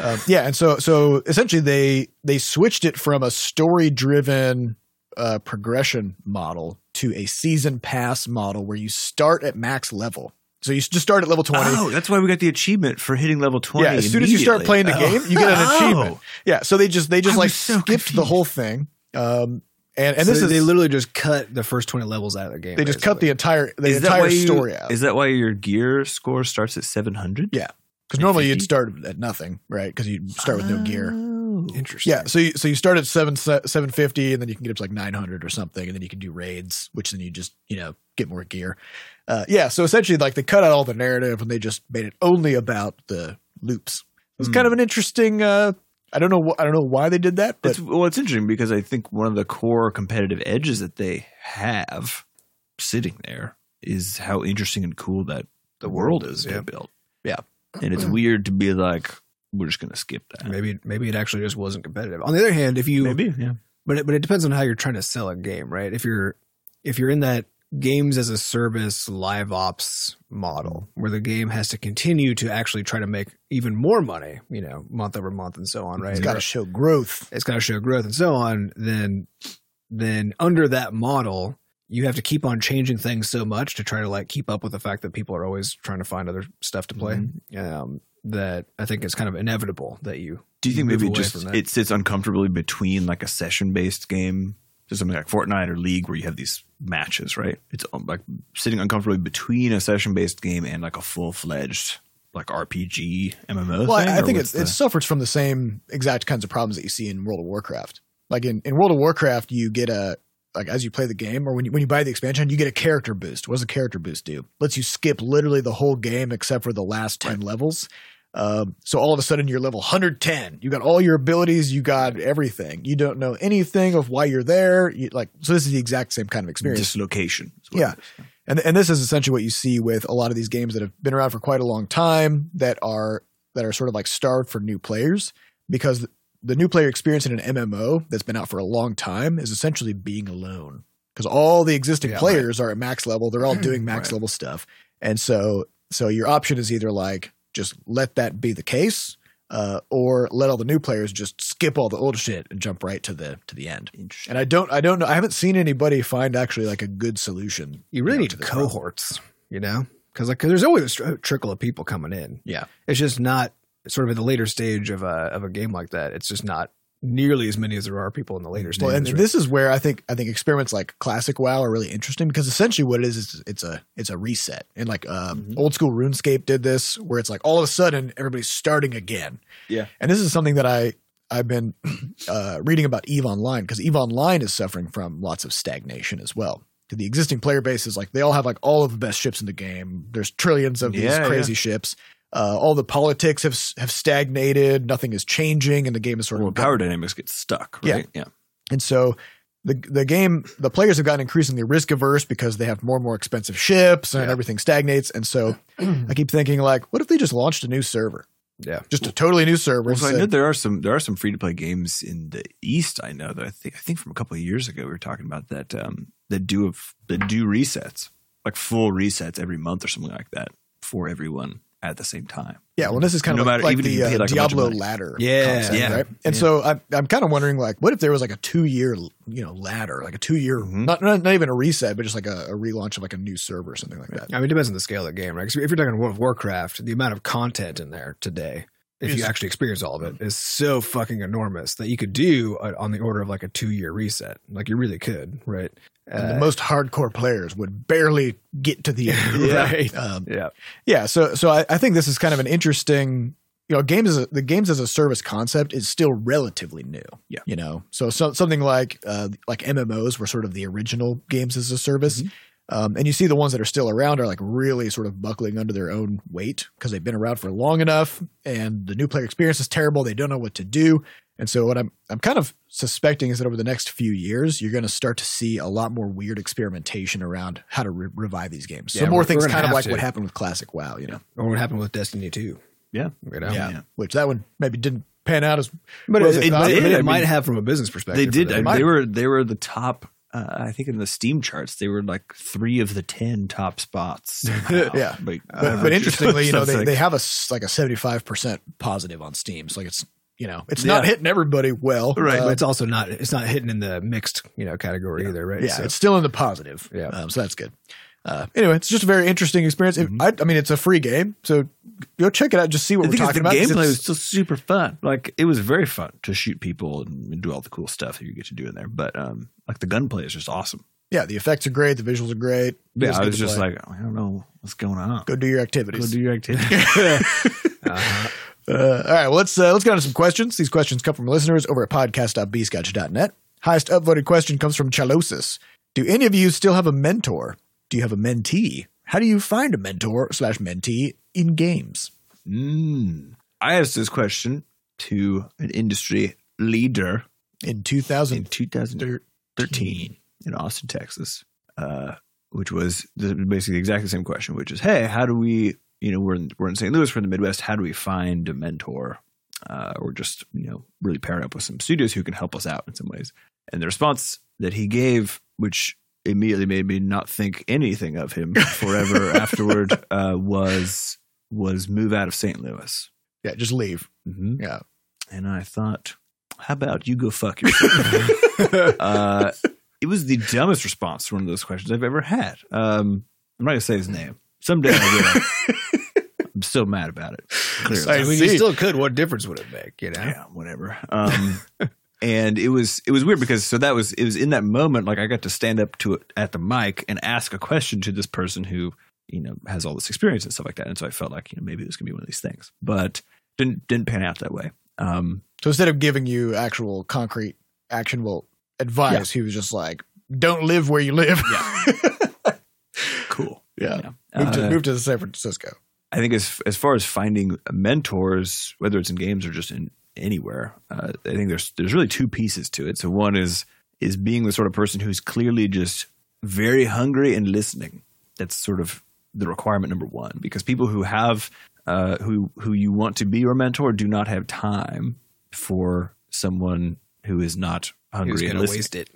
um, yeah. And so, so essentially, they they switched it from a story driven uh, progression model to a season pass model where you start at max level. So you s- just start at level twenty. oh, that's why we got the achievement for hitting level twenty. yeah, as soon as you start playing immediately. the game, you get an Oh. achievement. Yeah, so they just they just I like was so skipped the confused. whole thing. Um, and and So this is they literally just cut the first twenty levels out of the game. they just cut the basically. entire the Is that why entire you- story out. Is that why your gear score starts at seven hundred? Yeah. Because normally you'd 50? start at nothing, right? Because you start with no gear. Oh. Interesting. Yeah, so you, so you start at seven seven fifty, and then you can get up to like nine hundred or something, and then you can do raids, which then you just you know get more gear. Uh, yeah, so essentially, like they cut out all the narrative and they just made it only about the loops. It was kind of an interesting. Uh, I don't know. Wh- I don't know why they did that, but it's, well, it's interesting because I think one of the core competitive edges that they have sitting there is how interesting and cool that the world is they Yeah. built. Yeah. and it's weird to be like, we're just going to skip that. Maybe maybe it actually just wasn't competitive. On the other hand, if you Maybe, yeah. but it, but it depends on how you're trying to sell a game, right? If you're if you're in that games as a service live ops model Mm. where the game has to continue to actually try to make even more money, you know, month over month and so on, right? it's got to show growth. it's got to show growth and so on then then under that model you have to keep on changing things so much to try to like keep up with the fact that people are always trying to find other stuff to play Mm-hmm. um, that i think is kind of inevitable that you Do you think move maybe away just from that. it sits uncomfortably between like a session based game, so something like Fortnite or League where you have these matches, right? It's um, like sitting uncomfortably between a session based game and like a full fledged like RPG MMO. Well, thing, I, I or think what's it's, the- it suffers from the same exact kinds of problems that you see in World of Warcraft. Like in, in World of Warcraft, you get a like as you play the game or when you, when you buy the expansion, you get a character boost. What does a character boost do? Lets you skip literally the whole game except for the last 10 levels. Um, so all of a sudden you're level 110. You got all your abilities, you got everything. You don't know anything of why you're there. You, like so this is the exact same kind of experience. Dislocation. is what Yeah. it is. And and this is essentially what you see with a lot of these games that have been around for quite a long time that are that are sort of like starved for new players because the new player experience in an MMO that's been out for a long time is essentially being alone because all the existing Yeah, players are at max level, they're all doing max Right. level stuff. And so so your option is either like just let that be the case uh, or let all the new players just skip all the old shit and jump right to the to the end. Interesting. And I don't, I don't know. I haven't seen anybody find actually like a good solution. You really know, to need this problem. cohorts, you know, because like 'cause there's always a str- trickle of people coming in. Yeah. it's just not sort of at the later stage of a of a game like that. It's just not nearly as many as there are people in the later stages. Well, and right? this is where I think I think experiments like classic WoW are really interesting because essentially what it is is it's a it's a reset and like um, Mhm. old school RuneScape did this where it's like all of a sudden everybody's starting again. Yeah. and this is something that I I've been uh, reading about Eve Online because Eve Online is suffering from lots of stagnation as well. 'Cause The existing player base is like they all have like all of the best ships in the game. There's trillions of these Yeah, yeah. crazy ships. Uh, all the politics have have stagnated. Nothing is changing, and the game is sort Well, of power dynamics get stuck, Yeah. right? Yeah. and so the the game the players have gotten increasingly risk averse because they have more and more expensive ships and Yeah. everything stagnates. And so I keep thinking like, what if they just launched a new server? yeah, Just a totally new server. Well, so I and know said, there are some there are some free to play games in the East. I know that I think I think from a couple of years ago we were talking about that um, that do of that do resets like full resets every month or something like that for everyone at the same time. yeah, well, this is kind no of like, matter- like even if the you pay, uh, like, a bunch of Diablo money. ladder. Yeah, concept, yeah, right? And yeah. so I, I'm kind of wondering like, what if there was like a two year you know ladder, like a two year Mhm. not, not not even a reset, but just like a, a relaunch of like a new server or something like that. I mean, it depends on the scale of the game, right? 'Cause if you're talking World of Warcraft, the amount of content in there today, if you Is- actually experience all of Mm-hmm. it, is so fucking enormous that you could do a, on the order of like a two year reset. Like you really could, right? And Uh, the most hardcore players would barely get to the end. Yeah. Right. Um, yeah, Yeah, so so I, I think this is kind of an interesting, you know, games as a, the games as a service concept is still relatively new. Yeah. you know, so, so something like uh, like MMOs were sort of the original games as a service, Mhm. Mm-hmm. um, and you see the ones that are still around are like really sort of buckling under their own weight because they've been around for long enough, and the new player experience is terrible. They don't know what to do. And so what I'm I'm kind of suspecting is that over the next few years you're going to start to see a lot more weird experimentation around how to re- revive these games. So Yeah, more we're- things we're gonna kind of have like to. what happened with classic WoW, you know. or what happened with Destiny Two? Yeah. you know? Yeah. Yeah. Which that one maybe didn't pan out as But Well, it, it it, might, did, but it I might mean, have from a business perspective. They for did. them. I mean, might- they were they were the top. Uh, I think in the Steam charts they were like three of the ten top spots. somehow. Yeah. like, but, uh, but interestingly, you know, so it's they, like- they have a s- like a 75% positive on Steam. So like it's you know, it's not Yeah. hitting everybody well. Right. Uh, but it's also not. It's not hidden in the mixed, you know, category either, right? yeah, So- it's still in the positive. Yeah. Um, so that's good. Uh, anyway, it's just a very interesting experience. Mm-hmm. If- I, I mean, it's a free game, so go check it out. Just see what The we're thing is, talking about. The 'cause gameplay it's- was still super fun. Like it was very fun to shoot people and do all the cool stuff that you get to do in there. But um, like the gunplay is just awesome. yeah, the effects are great. The visuals are great. Yeah, Feels I good was to just play. like, I don't know what's going on. go do your Go activities. do your activity. uh-huh. Uh, all right, well, let's uh, let's get on to some questions. These questions come from listeners over at podcast.bscotch.net. Highest upvoted question comes from Chalosis. Do any of you still have a mentor? Do you have a mentee? How do you find a mentor slash mentee in games? mm. I asked this question to an industry leader In in 2013, 2013 in Austin, Texas, uh, which was the- basically exactly the same question, which is, hey, how do we, you know, we're in, we're in St. Louis, we're in the Midwest, how do we find a mentor uh, or just, you know, really pair up with some studios who can help us out in some ways? And the response that he gave, which immediately made me not think anything of him forever afterward, uh, was was move out of St. Louis. yeah, just leave. Mm-hmm. Yeah. And I thought, how about you go fuck yourself? uh, it was the dumbest response to one of those questions I've ever had. Um, I'm not gonna say his name. Someday I will. I'm still mad about it. Clearly, I I mean, see. you still could. What difference would it make? You know? yeah, whatever. Um, and it was it was weird because so that was it was in that moment like I got to stand up to it at the mic and ask a question to this person who you know has all this experience and stuff like that. And so I felt like you know maybe it was gonna be one of these things, but didn't didn't pan out that way. Um, So instead of giving you actual concrete, actionable advice, he was just like, don't live where you live. Cool. Yeah. Yeah. Move, to, Uh, move to San Francisco. I think as as far as finding mentors, whether it's in games or just in anywhere, uh, I think there's there's really two pieces to it. So one is is being the sort of person who's clearly just very hungry and listening. That's sort of the requirement number one because people who have uh, who who you want to be your mentor do not have time for someone who is not Who's hungry and gonna listening. waste it?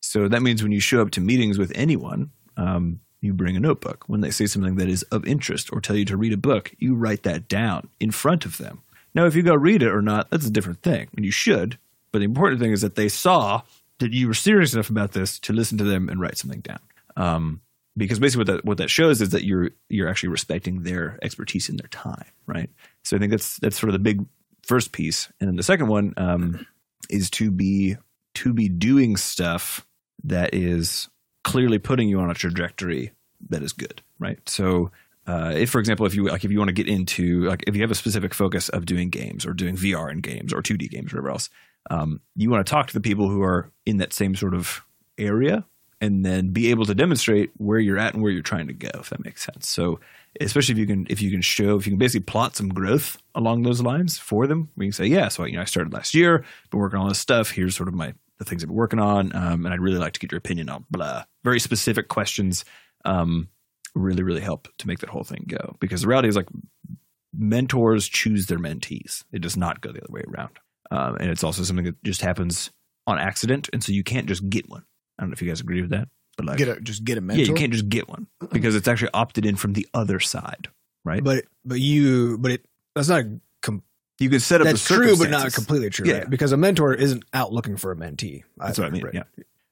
So that means when you show up to meetings with anyone, um, you bring a notebook. When they say something that is of interest or tell you to read a book, you write that down in front of them. Now, if you go read it or not, that's a different thing, and you should. But the important thing is that they saw that you were serious enough about this to listen to them and write something down. Um, because basically, what that what that shows is that you're you're actually respecting their expertise and their time, right? So I think that's that's sort of the big first piece, and then the second one um, is to be to be doing stuff that is clearly putting you on a trajectory that is good, right? So, uh, if for example, if you like, if you want to get into like, if you have a specific focus of doing games or doing VR in games or 2D games or whatever else, um, you want to talk to the people who are in that same sort of area and then be able to demonstrate where you're at and where you're trying to go, if that makes sense. So, especially if you can, if you can show, if you can basically plot some growth along those lines for them, we can say, yeah, so you know, I started last year, been working on all this stuff. Here's sort of my the things I've been working on, um, and I'd really like to get your opinion on blah. Very specific questions um, really, really help to make that whole thing go. Because the reality is, like, mentors choose their mentees. It does not go the other way around, um, and it's also something that just happens on accident, and so you can't just get one. I don't know if you guys agree with that, but like, Get a, just get a mentor. yeah, you can't just get one because it's actually opted in from the other side. Right? But but you but it that's not You can set up that's the true, but not circumstances. completely true. Yeah. right? Because a mentor isn't out looking for a mentee. That's what I mean. Right. Yeah,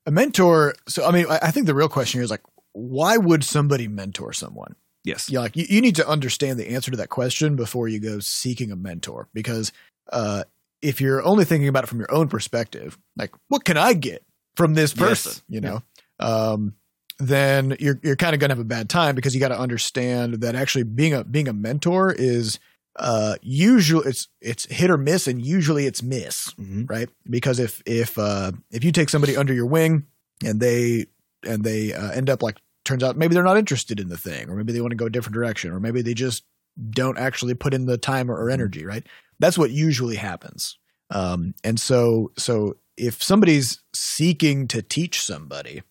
a mentor. So, I mean, I, I think the real question here is like, why would somebody mentor someone? yes, Yeah, like you, you need to understand the answer to that question before you go seeking a mentor because uh, if you're only thinking about it from your own perspective, like what can I get from this Yes. person, you know, um, then you're you're kind of gonna have a bad time because you got to understand that actually being a being a mentor is uh, usually it's it's hit or miss and usually it's miss Mm-hmm. Mhm. right? Because if if uh, if you take somebody under your wing and they and they uh, end up like turns out maybe they're not interested in the thing, or maybe they want to go a different direction, or maybe they just don't actually put in the time or, or energy, right? That's what usually happens. Um, and so so if somebody's seeking to teach somebody,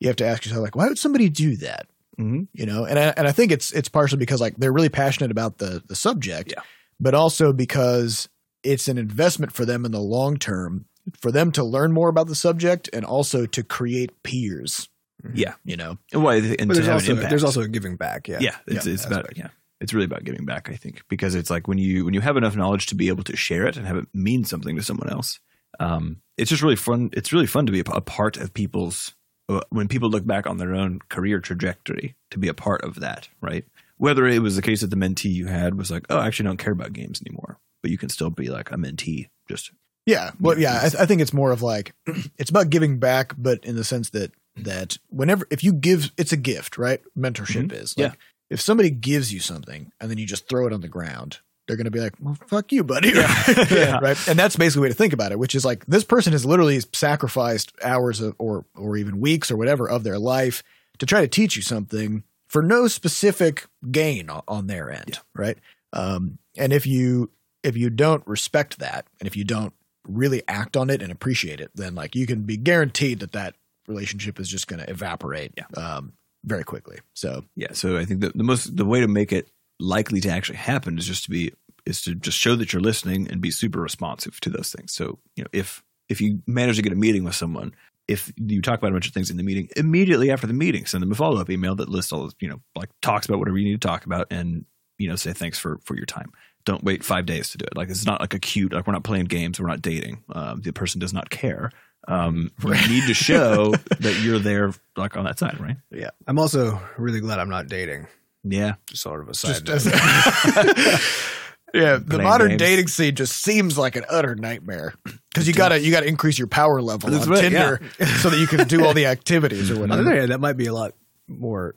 you have to ask yourself like, why would somebody do that? Mhm. you know and I, and I think it's it's partially because like they're really passionate about the the subject Yeah. but also because it's an investment for them in the long term for them to learn more about the subject and also to create peers yeah. you know And why? And But to there's have also, an impact. there's also a giving back. Yeah. yeah, it's, Yeah, it's about aspect. yeah it's really about giving back i think because it's like when you when you have enough knowledge to be able to share it and have it mean something to someone else um, it's just really fun it's really fun to be a, a part of people's uh, when people look back on their own career trajectory to be a part of that right whether it was the case that the mentee you had was like oh i actually don't care about games anymore but you can still be like a mentee just Yeah, well, Yeah. yeah, I, I think it's more of like it's about giving back, but in the sense that that whenever if you give, it's a gift, right? Mentorship is like Mm-hmm. Yeah. if somebody gives you something and then you just throw it on the ground, they're gonna be like, "Well, fuck you, buddy," Yeah. right? And that's basically the way to think about it, which is like this person has literally sacrificed hours of, or or even weeks or whatever of their life to try to teach you something for no specific gain o- on their end, Yeah. right? Um, and if you if you don't respect that, and if you don't really act on it and appreciate it, then like you can be guaranteed that that relationship is just going to evaporate Yeah. um, very quickly. So yeah so i think the, the most the way to make it likely to actually happen is just to be is to just show that you're listening and be super responsive to those things so you know if if you manage to get a meeting with someone if you talk about a bunch of things in the meeting immediately after the meeting send them a follow-up email that lists all you know like talks about whatever you need to talk about and you know say thanks for for your time don't wait five days to do it like it's not like a cute like we're not playing games we're not dating um, the person does not care um, you need to show that you're there like on that side right I'm also really glad I'm not dating. yeah Just sort of a side just note. as yeah, the Blame modern games. dating scene just seems like an utter nightmare because you gotta you gotta increase your power level That's on right, Tinder so that you can do all the activities or On the whatever. other hand, that might be a lot more,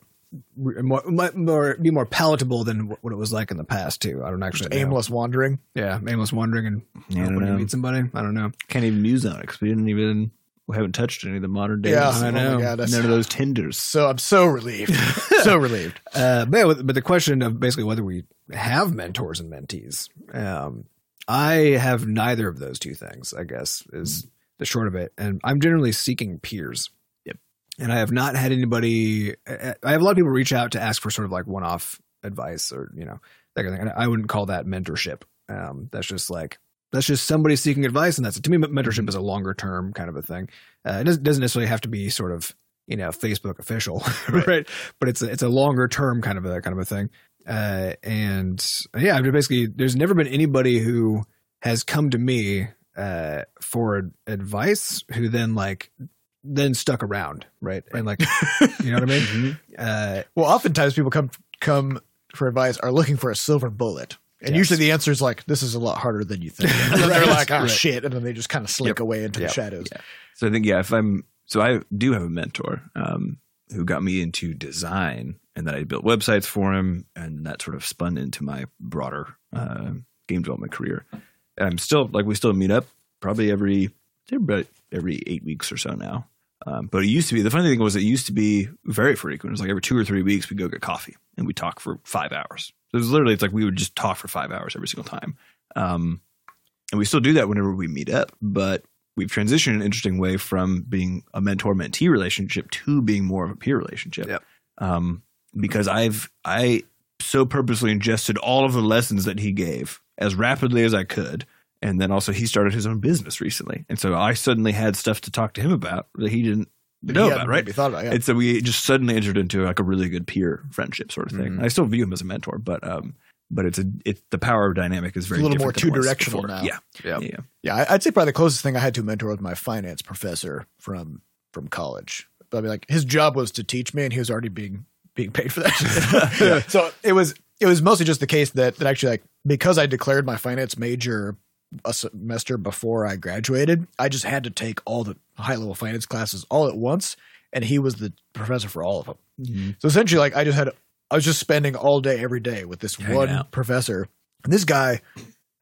more, might more be more palatable than wh- what it was like in the past too. I don't actually Just know. aimless wandering. yeah, aimless wandering and Yeah, I when don't you know. meet somebody, I don't know. can't even use that because we didn't even we haven't touched any of the modern days. Yeah, I know. Oh my God, that's- None of those tenders. So I'm so relieved. so relieved. Uh, but, with- but the question of basically whether we have mentors and mentees, um, I have neither of those two things, I guess, is the short of it. And I'm generally seeking peers. Yep. And I have not had anybody, I I have a lot of people reach out to ask for sort of like one off advice or, you know, that kind of thing. And I wouldn't call that mentorship. Um, that's just like, that's just somebody seeking advice. And that's, to me, mentorship is a longer term kind of a thing. Uh, it doesn't doesn't necessarily have to be sort of, you know, Facebook official, right? But it's a, it's a longer term kind of a, kind of a thing. Uh, and yeah, I mean, basically, there's never been anybody who has come to me uh, for ad- advice who then like then stuck around, right? And like, you know what I mean? Uh, Well, oftentimes people come come for advice are looking for a silver bullet. And Yes. usually the answer is like, this is a lot harder than you think. And then they're Right. like, ah, Right. shit. And then they just kind of Yep. slink away into Yep. the shadows. So I think yeah, if I'm so I do have a mentor um, who got me into design, and then I built websites for him, and that sort of spun into my broader uh, game development career. And I'm still like we still meet up probably every about every eight weeks or so now. Um, but it used to be the funny thing was it used to be very frequent. It was like every two or three weeks we go get coffee and we talk for five hours. So it was literally it's like we would just talk for five hours every single time. Um, and we still do that whenever we meet up, but we've transitioned in an interesting way from being a mentor mentee relationship to being more of a peer relationship. Yep. Um, because I've I so purposely ingested all of the lessons that he gave as rapidly as I could. And then also he started his own business recently. And so I suddenly had stuff to talk to him about that he didn't But know he about, hadn't right? maybe thought about it, yeah. And so we just suddenly entered into like a really good peer friendship sort of thing. Mhm. I still view him as a mentor, but um, but it's a it's the power of dynamic is very little different more than it was two-directional before. now. Yeah, yeah. yeah. Yeah, I- I'd say probably the closest thing I had to a mentor was my finance professor from from college. But I mean, like his job was to teach me, and he was already being being paid for that. Uh, Yeah. So it was it was mostly just the case that that actually like because I declared my finance major a semester before I graduated, I just had to take all the high level finance classes all at once, and he was the professor for all of them. Mm-hmm. So essentially, like I just had, I was just spending all day every day with this Hanging one out. professor, and this guy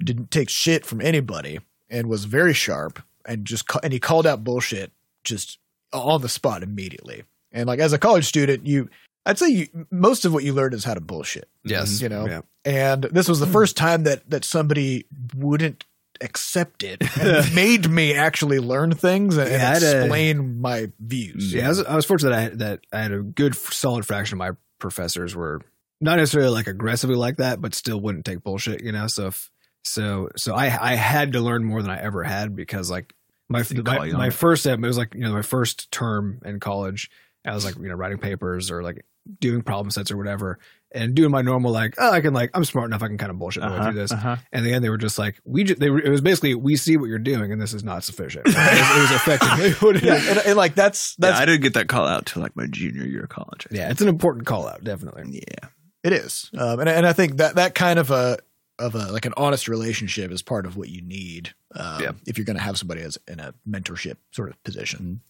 didn't take shit from anybody and was very sharp and just ca- and he called out bullshit just on the spot immediately. And like as a college student, you, I'd say you most of what you learn is how to bullshit. Yes. You know? Mm-hmm. Yeah. Hmm. And this was the first time that that somebody wouldn't accept it and made me actually learn things and, and Yeah, I had a- explain my views. Yeah, I was, I was fortunate that I, that I had a good, f- solid fraction of my professors were not necessarily like aggressively like that, but still wouldn't take bullshit, you know. So, if, so, so I I had to learn more than I ever had because like my They call my, you on my it. first step it was like you know my first term in college, I was like you know writing papers or like doing problem sets or whatever, and doing my normal like oh I can like I'm smart enough I can kind of bullshit my way Uh-huh, through this, uh-huh. and then they were just like, we just, they were, it was basically, we see what you're doing and this is not sufficient. It was, it was effectively what it Yeah, is. and, and like that's Yeah, that's I didn't get that call out till like my junior year of college. I Yeah, it's an important call out, definitely. think. Yeah. It is, um, and and I think that that kind of a of a like an honest relationship is part of what you need um, Yeah. if you're going to have somebody as in a mentorship sort of position.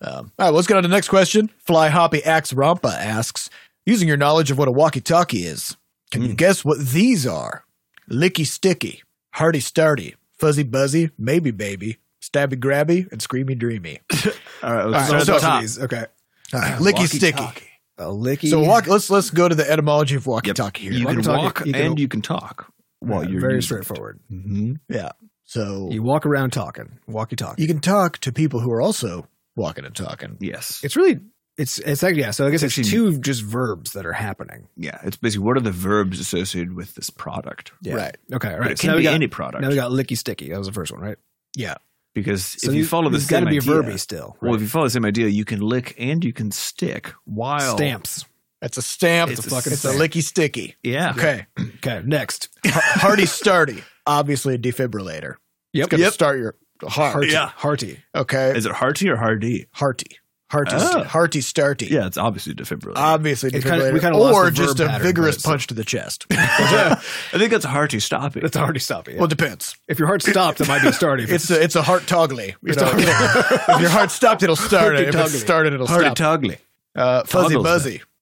Um, all right, let's get on to the next question. Fly Hoppy Axe Rampa asks, using your knowledge of what a walkie-talkie is, can you guess what these are? Licky Sticky, Hardy Starty, Fuzzy Buzzy, Maybe Baby, Stabby Grabby, and Screamy Dreamy. All right. All right, Let's so- start so- at the top. Jeez, okay. All right, Licky Sticky. Walkie-talkie. A licky. So walk, let's let's go to the etymology of walkie-talkie here. You can Walkie-talkie, walk you can- and you can talk while Yeah, you're uh, very mm-hmm. using straightforward. it. Mhm. Yeah. So You walk around talking, walkie talkie. you can talk to people who are also walking and talking. Yes. It's really, it's it's like yeah. So I guess it's, It's two just verbs that are happening. yeah. It's basically what are the verbs associated with this product? Yeah. Right. Okay, all But right. It So can now be we got any product now we got licky sticky. That was the first one, right? because So if you, follow the it's got same to be idea, verby still. well, right? if you follow the same idea, you can lick and you can stick while Stamps. That's a stamp. It's a fucking it's a stamp. licky sticky. Yeah. Okay. Okay, next. Hardy starty. Obviously a defibrillator. It's Yep. gonna start your heart. Hearty. Yeah. Hearty. Okay. Is it hearty or hardy? Hearty. Hearty. Oh. Hearty starty. Yeah, it's obviously defibrillator. Obviously It defibrillator. kinda- we kinda lost or the verb just a pattern, vigorous but it's- punch to the chest. I think that's hearty stopping. That's a hearty stoppy. yeah. Well, it depends. if your heart stopped, that might be a starty. If It's a it's a heart toggly. You It's know, a if your heart stopped, it'll start it. If it Hearty-toggly. started, it'll Hearty stop. toggly. Uh, fuzzy Toggles, buzzy.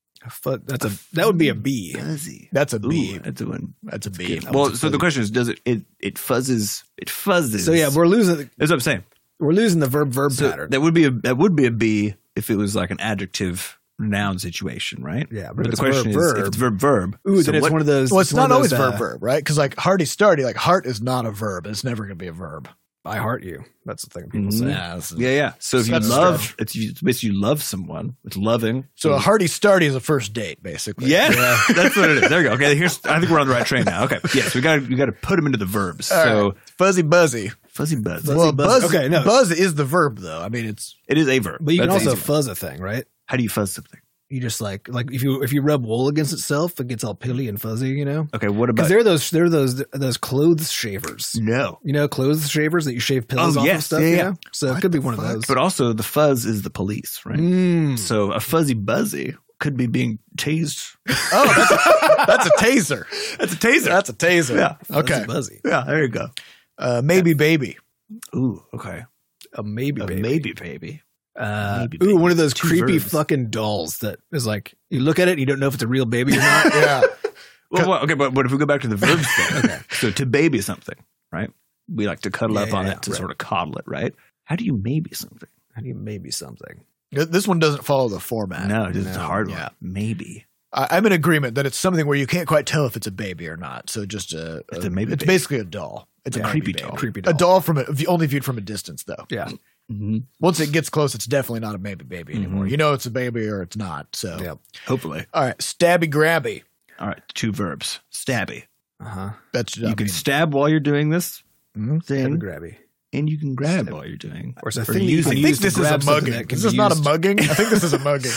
But that's a that would be a B. Fuzzy. That's a B. Ooh, that's a one. That's a B. Well, so the question is, does it, it it fuzzes? It fuzzes. So yeah, we're losing. that's what I'm saying. We're losing the verb verb So pattern. that would be a that would be a B if it was like an adjective noun situation, right? Yeah, but But, the it's question verb, is verb. if it's verb verb. so Ooh, then it's what- one of those. Well, it's one not of always those, verb uh, verb, right? Because like hearty starty, like heart is not a verb. It's never going to be a verb. I heart you. That's the thing people Mhm. say. Yeah, this is- yeah, yeah. So if you That's love, it's, you- it's basically you love someone. It's loving. So a hearty starty is a first date, basically. Yeah, that's what it is. There we go. Okay, here's. I think we're on the right train now. Okay, yes, we got we got to put them into the verbs. All so Fuzzy buzzy. fuzzy buzz. well, buzz, Okay, no. buzz is the verb though. I mean, it's It is a verb. But you can That's also easy. fuzz a thing, right? How do you fuzz something? You just like like if you if you rub wool against itself, it gets all pilly and fuzzy, you know. Okay, what Because about they're those they're those those clothes shavers. no? You know, clothes shavers that you shave pillows Oh, off yes, of stuff. yeah, you yeah. know? So What it could be the one fuck? of those. But also the fuzz is the police, right? Mm. So a fuzzy buzzy could be being tased. oh, that's a, that's a taser. That's a taser. That's a taser. Yeah. Okay. Fuzzy buzzy. yeah, there you go. Uh, maybe baby. Ooh, okay. A maybe A baby. maybe baby. Uh, Maybe baby. Ooh, one of those Two creepy verbs. fucking dolls that is like you look at it, and you don't know if it's a real baby or not. Yeah. Well, well, okay, but, but if we go back to the verbs thing, so to baby something, right? We like to cuddle Yeah, up on yeah, it to right. sort of coddle it, right? How do you maybe something? I need maybe something. this one doesn't follow the format. No, this is a no, hard yeah. one. Maybe. I, I'm in agreement that it's something where you can't quite tell if it's a baby or not. So just a, It's a maybe It's baby. basically a doll. It's Yeah. a Creepy creepy doll. doll. Creepy A doll. doll from a, v- only viewed from a distance, though. Yeah. Mm-hmm. Once it gets close, it's definitely not a baby baby anymore. Mhm. You know it's a baby or it's not. So Yep. Hopefully. all right, stabby grabby. All right, two verbs. Stabby. Uh huh. That's you can stab while you're doing this Mm-hmm. Mhm. thing, grabby. and you can grab while you're doing. Or it's a Or thing that you using. can I I think use to this is a grab something mugging. that can This be is not a used- mugging. I think this is a mugging.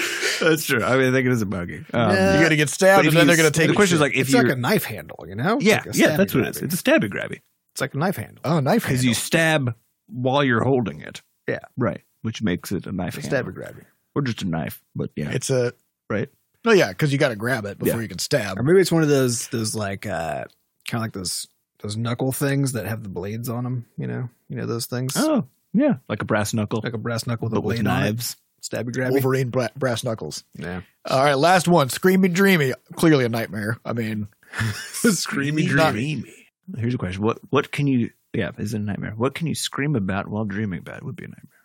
That's true. I mean, I think it is a bugging. Um, You're gonna get stabbed, But if and then you- they're gonna take. the your question is shit. like if it's you like a knife handle, you know? It's yeah like a yeah that's stabby what it is. grabby. It's a stabby grabby. It's like a knife handle. oh knife because handle. you stab while you're holding it. Yeah. right. Which makes it a knife It's a handle, stabby grabby. or just a knife. But yeah, it's a Right. No, yeah, because you got to grab it before you can stab. Or maybe it's one of those those like uh kind of like those those knuckle things that have the blades on them, you know? You know those things? oh yeah, like a brass knuckle, Like a brass knuckle with a but blade with on it. knives. Stabby grabby. Wolverine bra- brass knuckles. Yeah. All right, last one. Screamy dreamy. Clearly a nightmare. I mean, Screamy dreamy. Here's a question: What what can you? Yeah, is it a nightmare? What can you scream about while dreaming about? It would be a nightmare.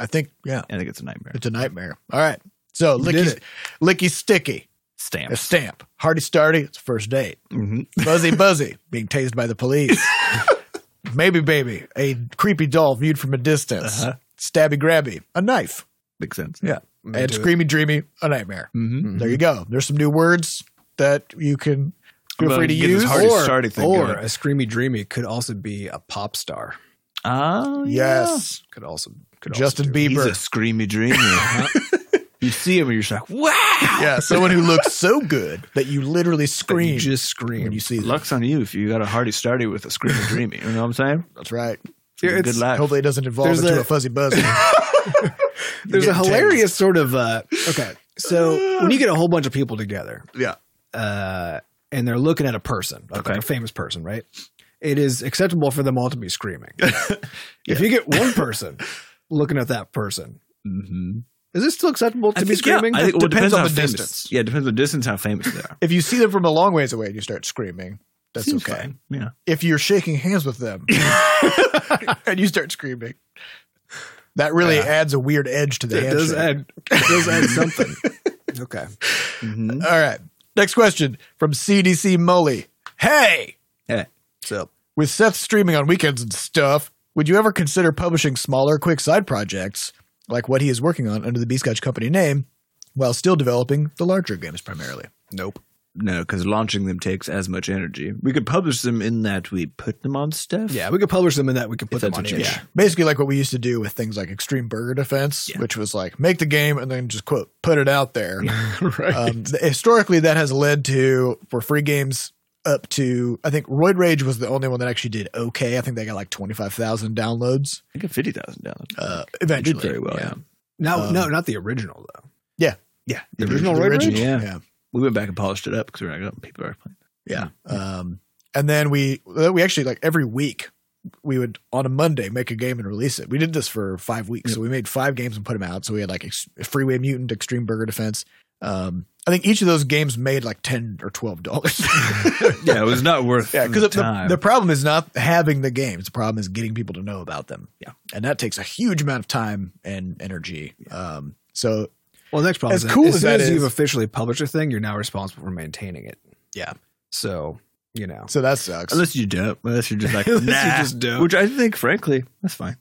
I think yeah, I think it's a nightmare. it's a nightmare. All right. So You did licky, it. licky sticky. Stamp. A stamp. Hardy starty. It's first date. hmm Buzzy buzzy. Being tased by the police. Maybe baby. A creepy doll viewed from a distance. Uh-huh. Stabby grabby. A knife. Makes sense. I'm And into it. screamy dreamy. A nightmare. Mm-hmm. There you go. There's some new words that you can I'm feel about free to to get this use. Hardy Starty thing or going. a screamy dreamy could also be a pop star. Oh yes. Could also could Justin also do it. yeah. Oh, he's Bieber. a screamy dreamer. huh? you see him and you're just like, wow. Yeah, someone who looks so good that you literally But you scream just scream. when you see them. Luck's on you if you got a Hardy Starty with a screamy dreamy. You know what I'm saying? That's right. Yeah, Good it's- life. Hopefully, it doesn't evolve There's into a, a- fuzzy buzz. There's a getting tased. hilarious sort of uh okay. So when you get a whole bunch of people together, yeah, uh, and they're looking at a person, like, Okay. like a famous person, right? It is acceptable for them all to be screaming. If you get one person looking at that person, Mm-hmm. is it still acceptable to I be think, screaming? Yeah, I think, well, it Depends depends, on on, the famous. distance. Yeah, it depends on the distance how famous they are. if you see them from a long ways away and you start screaming, that's Seems okay. fine. Yeah. If you're shaking hands with them and you start screaming, that really Yeah. adds a weird edge to the it does handshake. add, it does add something. Okay. Mm-hmm. All right, next question from CDC Mully. Hey, yeah. So with Seth streaming on weekends and stuff, would you ever consider publishing smaller, quick side projects like what he is working on under the Beascotch Company name, while still developing the larger games primarily? nope. No, because launching them takes as much energy. We could publish them in that we put them on stuff. Yeah, we could publish them in that we could put If them that's on what you itch. wish. basically like what we used to do with things like extreme burger defense Yeah. which was like make the game and then just quote put it out there um, th- historically that has led to for free games up to i think roid rage was the only one that actually did okay i think they got like 25000 downloads I think fifty thousand dollars. uh, They did eventually very well. Yeah. No, Um, no, not the original though. Yeah. The original Roid Rage? Yeah. yeah We went back and polished it up because we were like, oh, people are playing. yeah um, and then we we actually like every week we would on a Monday make a game and release it. We did this for five weeks, so we made five games and put them out. So we had like ex- Freeway Mutant, Extreme Burger Defense, Um, I think each of those games made like ten or twelve dollars. Yeah, it was not worth Yeah, because the the, time. the problem is not having the games. The problem is getting people to know about them. Yeah. and that takes a huge amount of time and energy. Um, so Well, the next problem As is that cool as as soon that as is- you've officially published a thing, you're now responsible for maintaining it. Yeah. So you know, so that sucks. unless you don't, unless you're just like Unless you nah, just don't. which I think, frankly, that's fine.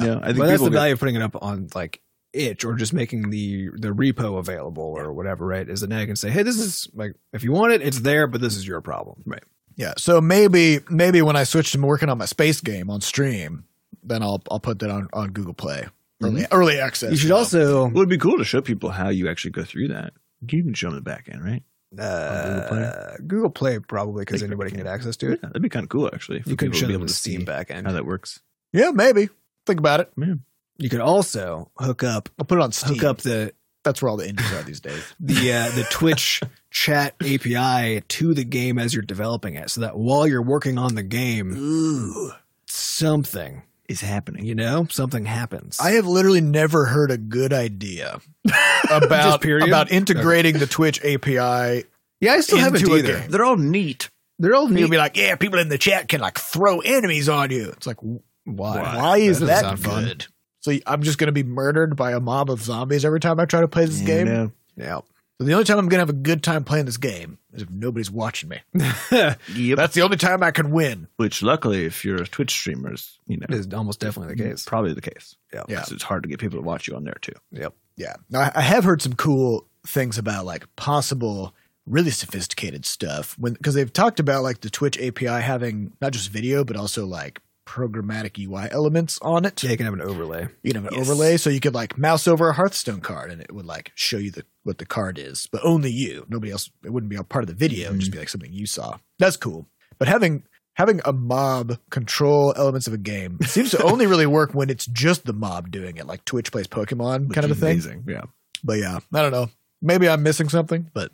You know, I think but that's people the get- value of putting it up on like itch or just making the the repo available or whatever. Right? Is that now you can say, hey, this is like if you want it, it's there, but this is your problem. Right. Yeah. So maybe maybe when I switch to working on my space game on stream, then I'll I'll put that on, on Google Play. Early early access. Mm-hmm. You should know. also. It would be cool to show people how you actually go through that. You can show them the back end, right? Uh, Google, Google Play? Play? probably because Think anybody we can get can. access to Yeah, it. that'd be kind of cool, actually. for You can people to show be them able the to Steam see how backend. that works. Yeah, maybe. Think about it. You could also hook up I'll put it on Steam. hook up the That's where all the indies are these days. the uh, the Twitch chat API to the game as you're developing it, so that while you're working on the game, Ooh, something is happening. you know something happens. I have literally never heard a good idea about period? about integrating the Twitch API. yeah, I still haven't into a either. game. They're all neat. They're all People neat. be like, "Yeah, people in the chat can like throw enemies on you." It's like, why, Why? why is doesn't that sound fun. good? So I'm just going to be murdered by a mob of zombies every time I try to play this You game. know, Yeah. So the only time I'm gonna have a good time playing this game is if nobody's watching me. it yep. That's the only time I can win. Which, luckily, if you're a Twitch streamer, is you know is almost definitely the case. probably the case. Yeah. 'Cause it's hard to get people to watch you on there too. Yep. Yeah. Now I- I have heard some cool things about like possible really sophisticated stuff when because they've talked about like the Twitch API having not just video but also like programmatic UI elements on it. Yeah, you can have an overlay. You can have an Yes. overlay so you could like mouse over a Hearthstone card and it would like show you the what the card is, but only you. Nobody else it wouldn't be a part of the video, it'd just Mm-hmm. be like something you saw. That's cool. But having having a mob control elements of a game seems to only really work when it's just the mob doing it, like Twitch plays Pokemon which kind of a is thing. Amazing. Yeah. But yeah, I don't know. Maybe I'm missing something, but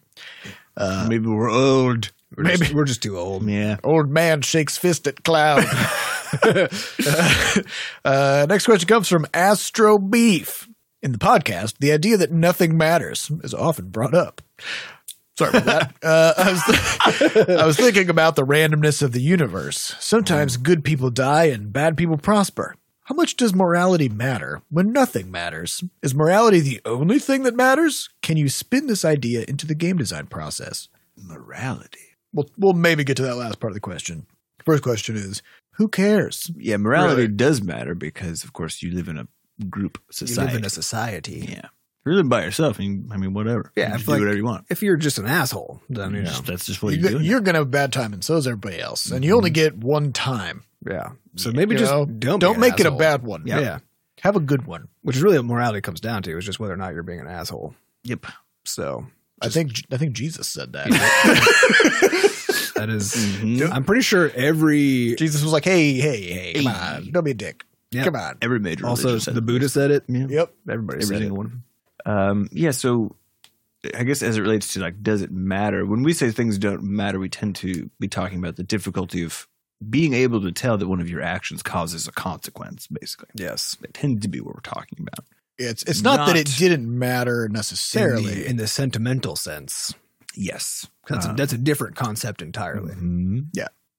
uh, Maybe we're old. We're Maybe. just, we're just too old. Yeah. old man shakes fist at cloud. uh, next question comes from Astro Beef. In the podcast, the idea that nothing matters is often brought up. Sorry about that. Uh, I, was I was thinking about the randomness of the universe. Sometimes good people die and bad people prosper. How much does morality matter when nothing matters? Is morality the only thing that matters? Can you spin this idea into the game design process? Morality. we'll we'll maybe get to that last part of the question. First question is who cares? Yeah, morality Really. does matter because, of course, you live in a group You society. live in a society. yeah. If You're living by yourself. And I mean, whatever. Yeah, You I just do feel like- whatever you want. If you're just an asshole, then you know. Mm, Just- that's just what You you're, doing. are gonna have a bad time, and so is everybody else. And you only get one time. Yeah. So maybe You just know, don't be Don't an make it a asshole. bad one. Yeah. have a good one. Which is really what morality comes down to is just whether or not you're being an asshole. Yep. So I think I think Jesus said that. that is- Mhm. I'm pretty sure every Jesus was like, hey, hey, hey, come Hey. on, don't be a dick. Yeah. Come on. Every major also religion said the that. Buddha said it. Yeah. Yep. Everybody Every said it. single one of them. Um, yeah. So I guess as it relates to like, does it matter? When we say things don't matter, we tend to be talking about the difficulty of being able to tell that one of your actions causes a consequence, basically. Yes. That tends to be what we're talking about. It's it's not, that it Not- didn't matter In necessarily. the, in the sentimental sense. Yes. That's, a, that's a different concept entirely. Mhm.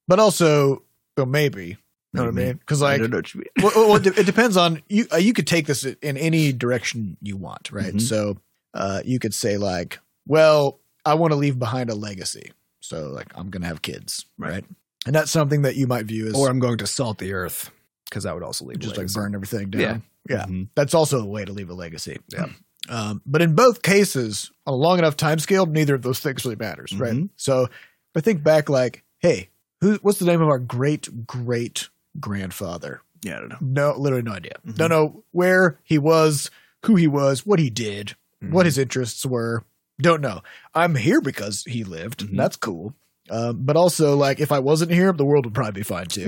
but also, well, maybe. You know what I Maybe. mean? Because I like don't know what you mean. well, well, well, it depends on you. Uh, you could take this in any direction you want, right? Mm-hmm. Mhm. So uh, you could say like, "Well, I want to leave behind a legacy, so like I'm going to have kids, right. Right. And that's something that you might view as Or I'm going to salt the earth because that would also lead just to like burn everything down. Yeah. Yeah. Mhm. That's also a way to leave a legacy. Yeah. Um, but in both cases, on a long enough time scale, neither of those things really matters, right? Mm-hmm. Mhm. So if I think back like, hey, who what's the name of our great great grandfather? Yeah, I don't know. No, literally no idea. Don't know where he was, who he was, what he did, what his interests were. Don't know. I'm here because he lived. Mhm. That's cool. Um, but also, like, if I wasn't here, the world would probably be fine too.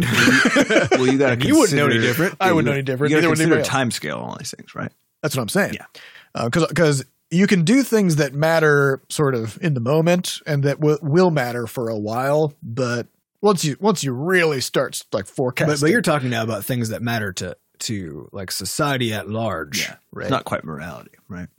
Well, you got to. You wouldn't know any different. I wouldn't know any different. You got Neither to would consider anybody time scale on all these things, right? That's what I'm saying. Yeah. Because because you can do things that matter sort of in the moment and that w- will matter for a while, but once you once you really start like forecasting, But, but you're talking now about things that matter to to like society at large. Yeah. Right. It's not quite morality, right?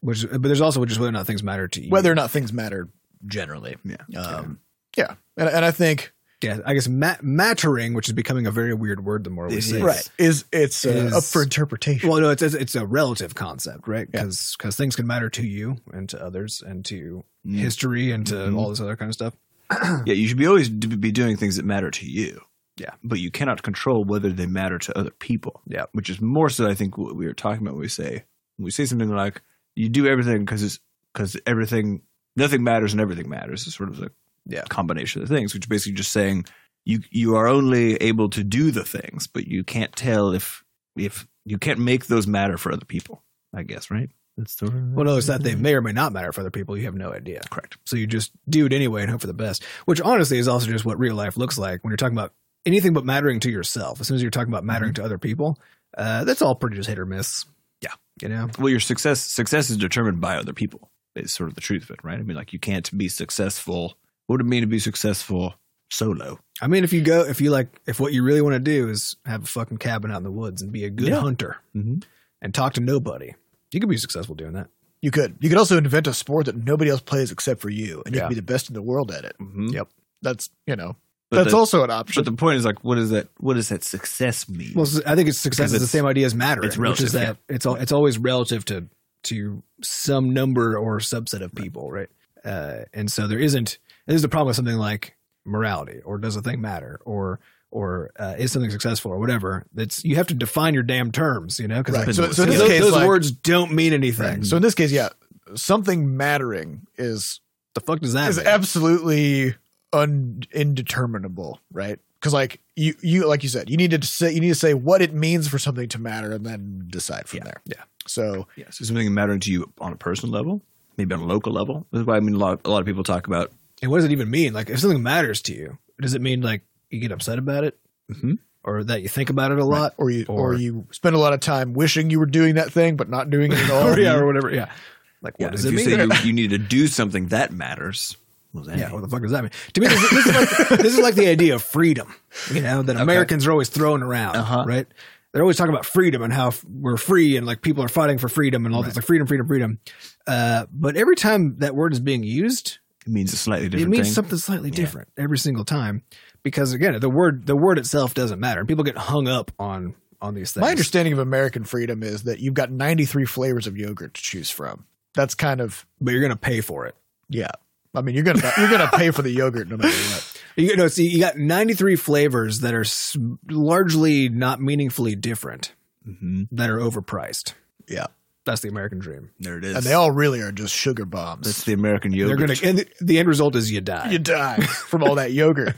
Which, but there's also just whether or not things matter to you. whether or not things matter generally. Yeah. Um, yeah. And, and I think yeah, I guess ma- mattering, which is becoming a very weird word the more we It say. is. it. right is it's uh, Is- up for interpretation. Well, no, it's it's, it's a relative concept, right? Yeah. Because things can matter to you and to others and to Mm. history and to Mhm. all this other kind of stuff. Yeah, you should be always d- be doing things that matter to you. Yeah. but you cannot control whether they matter to other people. Yeah. which is more so. I think what we were talking about. When we say when we say something like you do everything because it's because everything nothing matters and everything matters. It's sort of a Yeah. combination of things, which is basically just saying you you are only able to do the things, but you can't tell if if you can't make those matter for other people. I guess right. That's the Well, no, it's that they may or may not matter for other people. You have no idea. correct. So you just do it anyway and hope for the best, which honestly is also just what real life looks like when you're talking about anything but mattering to yourself. As soon as you're talking about mattering to other people, uh, that's all pretty just hit or miss. Mm-hmm. Yeah. You know? well your success success is determined by other people is sort of the truth of it right i mean like you can't be successful what would it mean to be successful solo I mean, if you go, if you like, if what you really want to do is have a fucking cabin out in the woods and be a good Yeah. hunter Mhm. and talk to nobody, you could be successful doing that. You could you could also invent a sport that nobody else plays except for you, and you Yeah. could be the best in the world at it. mm-hmm. Yeah. That's you know but that's the, also an option. but the point is like what is that what does that success mean Well, I think it's Because success is the it's- same idea as matter, it's which is relative, that it's all, it's always relative to to some number or subset of people, right? Uh, and so there isn't. This is the problem with something like morality, or does a thing matter, or or uh, is something successful, or whatever. That's you have to define your damn terms, you know? Because right. I've So, been so in with this those, case, those like- words don't mean anything. right. So in this case, yeah, something mattering is the fuck does that? is mean? absolutely un- indeterminable, right? Because like you you like you said, you need to say you need to say what it means for something to matter, and then decide from there. yeah. So yeah, so something mattering to you on a personal level maybe on a local level this is why i mean a lot, a lot of people talk about and what does it even mean? Like, if something matters to you, does it mean like you get upset about it, Mhm. or that you think about it a lot, or you or, Or- you spend a lot of time wishing you were doing that thing, but not doing it at all. or yeah, or whatever? Yeah. Mm-hmm. Like, what yeah, does if it you mean? say you, you need to do something that matters well, then Yeah, what the fuck does that mean? To me, this, this, is, like, this is like the idea of freedom, you know, that Americans are always throwing around, Uh-huh. right? They're always talking about freedom and how f- we're free and like people are fighting for freedom and all this, like freedom, freedom, freedom. Uh, but every time that word is being used, it means a slightly different it means thing something slightly different every single time because again, the word the word itself doesn't matter. And people get hung up on on these things. My understanding of American freedom is that you've got 93 flavors of yogurt to choose from. That's kind of but you're gonna pay for it. yeah. I mean, you're gonna you're gonna pay for the yogurt no matter what. You know, see, you got 93 flavors that are s- largely not meaningfully different hmm that are overpriced. Yeah, That's the American dream. there it is and they all really are just sugar bombs. that's the american They're yogurt gonna, and the, the end result is you die. you die from all that yogurt.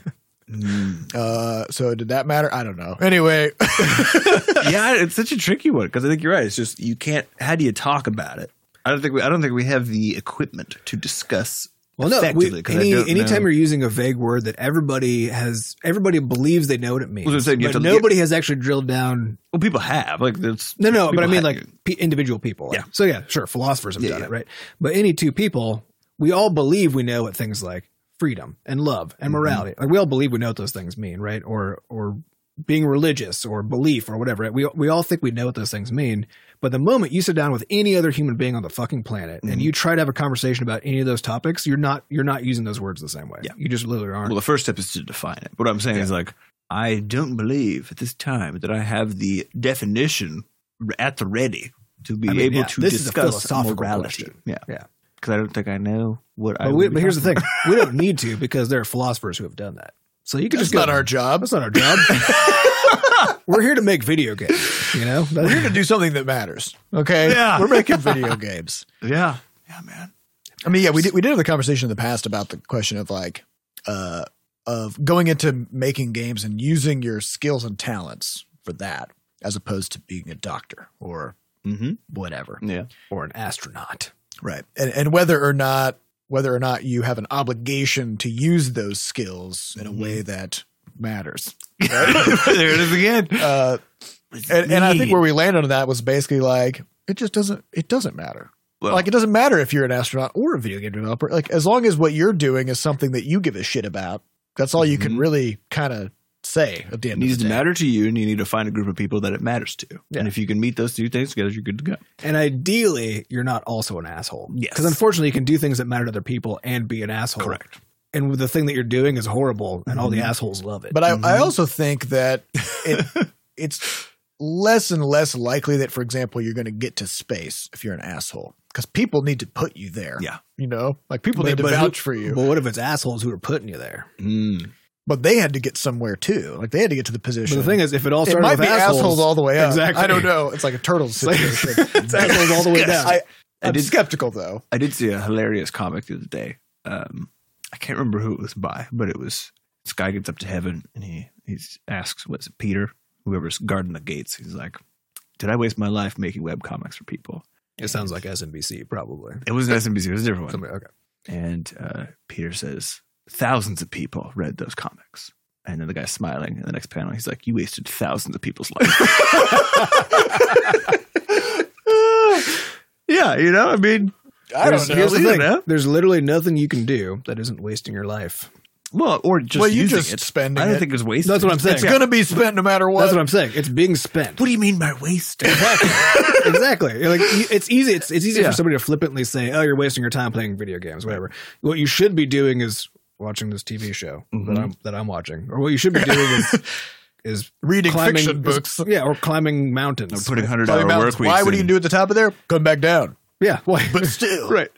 Mm. Uh, so did that matter? I don't know. Anyway, yeah, it's such a tricky one because I think you're right. It's just you can't. How do you talk about it? I don't think we. I don't think we have the equipment to discuss. well, no, we, effectively, 'cause I any, don't anytime know. you're using a vague word that everybody has, everybody believes they know what it means, Well, that's what I'm saying, you but have to- nobody has actually drilled down. Well, people have like that's No, no, but I people have- mean like pe individual people. Yeah. So yeah, sure, philosophers have Yeah, done yeah. it, right? But any two people, we all believe we know what things like freedom and love and Mm-hmm. morality. Like we all believe we know what those things mean, right? Or or being religious or belief or whatever. right? We we all think we know what those things mean. But the moment you sit down with any other human being on the fucking planet and Mhm. you try to have a conversation about any of those topics, you're not you're not using those words the same way. Yeah. You just literally aren't. Well, the first step is to define it. But what I'm saying is like I don't believe at this time that I have the definition r- at the ready to be I mean, able yeah, to this is a discuss philosophical morality. question. Yeah, Yeah. Because I don't think I know what I. but we, but here's the thing: we don't need to because there are philosophers who have done that. So you could it's just go. not our job. That's not our job. We're here to make video games, you know? We're here to do something that matters. Okay. Yeah. We're making video games. the yeah, yeah, man. I mean, yeah, we did we did have the conversation in the past about the question of like uh of going into making games and using your skills and talents for that as opposed to being a doctor or Mm-hmm. whatever. Yeah. or an astronaut. Right. And and whether or not whether or not you have an obligation to use those skills in a way that matters. there it is again. Uh and, and I think where we landed on that was basically like it just doesn't it doesn't matter. Well- like it doesn't matter if you're an astronaut or a video game developer. Like as long as what you're doing is something that you give a shit about, that's all you can Mhm. really kind of say at the It end needs of to the day. matter to you, and you need to find a group of people that it matters to. Yeah. And if you can meet those two things together, you're good to go. And ideally, you're not also an asshole. Yes. Because unfortunately, you can do things that matter to other people and be an asshole. Correct. And the thing that you're doing is horrible, and all the Mhm. assholes love it. Mm-hmm. But I, I Mhm. also think that it, it's less and less likely that, for example, you're going to get to space if you're an asshole because people need to put you there. Yeah. You know, like people But- need to but who- vouch for you. But what if it's assholes who are putting you there? Mm. But they had to get somewhere too. Like they had to get to the position. But the thing is, if it all it started might with be assholes, all the way up. Exactly. I don't know. It's like a turtle like- situation. it's assholes all the way down. I, I I'm did- skeptical though. I did see a hilarious comic the other day. Um, I can't remember who it was by, but it was this guy gets up to heaven and he he asks, "What's it, Peter? Whoever's guarding the gates?" He's like, "Did I waste my life making web comics for people?" it sounds like SMBC, probably. It was an SMBC. It was a different one. Somebody- okay. And uh, Peter says, thousands of people read those comics. And then the guy's smiling in the next panel. He's like, you wasted thousands of people's lives. yeah, you know, I mean, I Here's- don't know. Here's the You thing. know. There's literally nothing you can do that isn't wasting your life. well, or just well, you using just it. spending I don't it. think it's wasted. That's what I'm saying. it's going to be spent no matter what. That's what I'm saying. It's being spent. What do you mean by wasted? exactly. You're Like you- it's easy. It's it's easy Yeah. for somebody to flippantly say, "Oh, you're wasting your time playing video games, whatever." What you should be doing is watching this TV show Mhm. Mm-hmm. that I'm that I'm watching, or what you should be doing is is Reading climbing fiction is- books. yeah, or climbing I'm mountains. putting 100 Climbing hour mountains. work weeks. Why? What do you in. do at the top of there? Come back down. yeah, why? But still, right.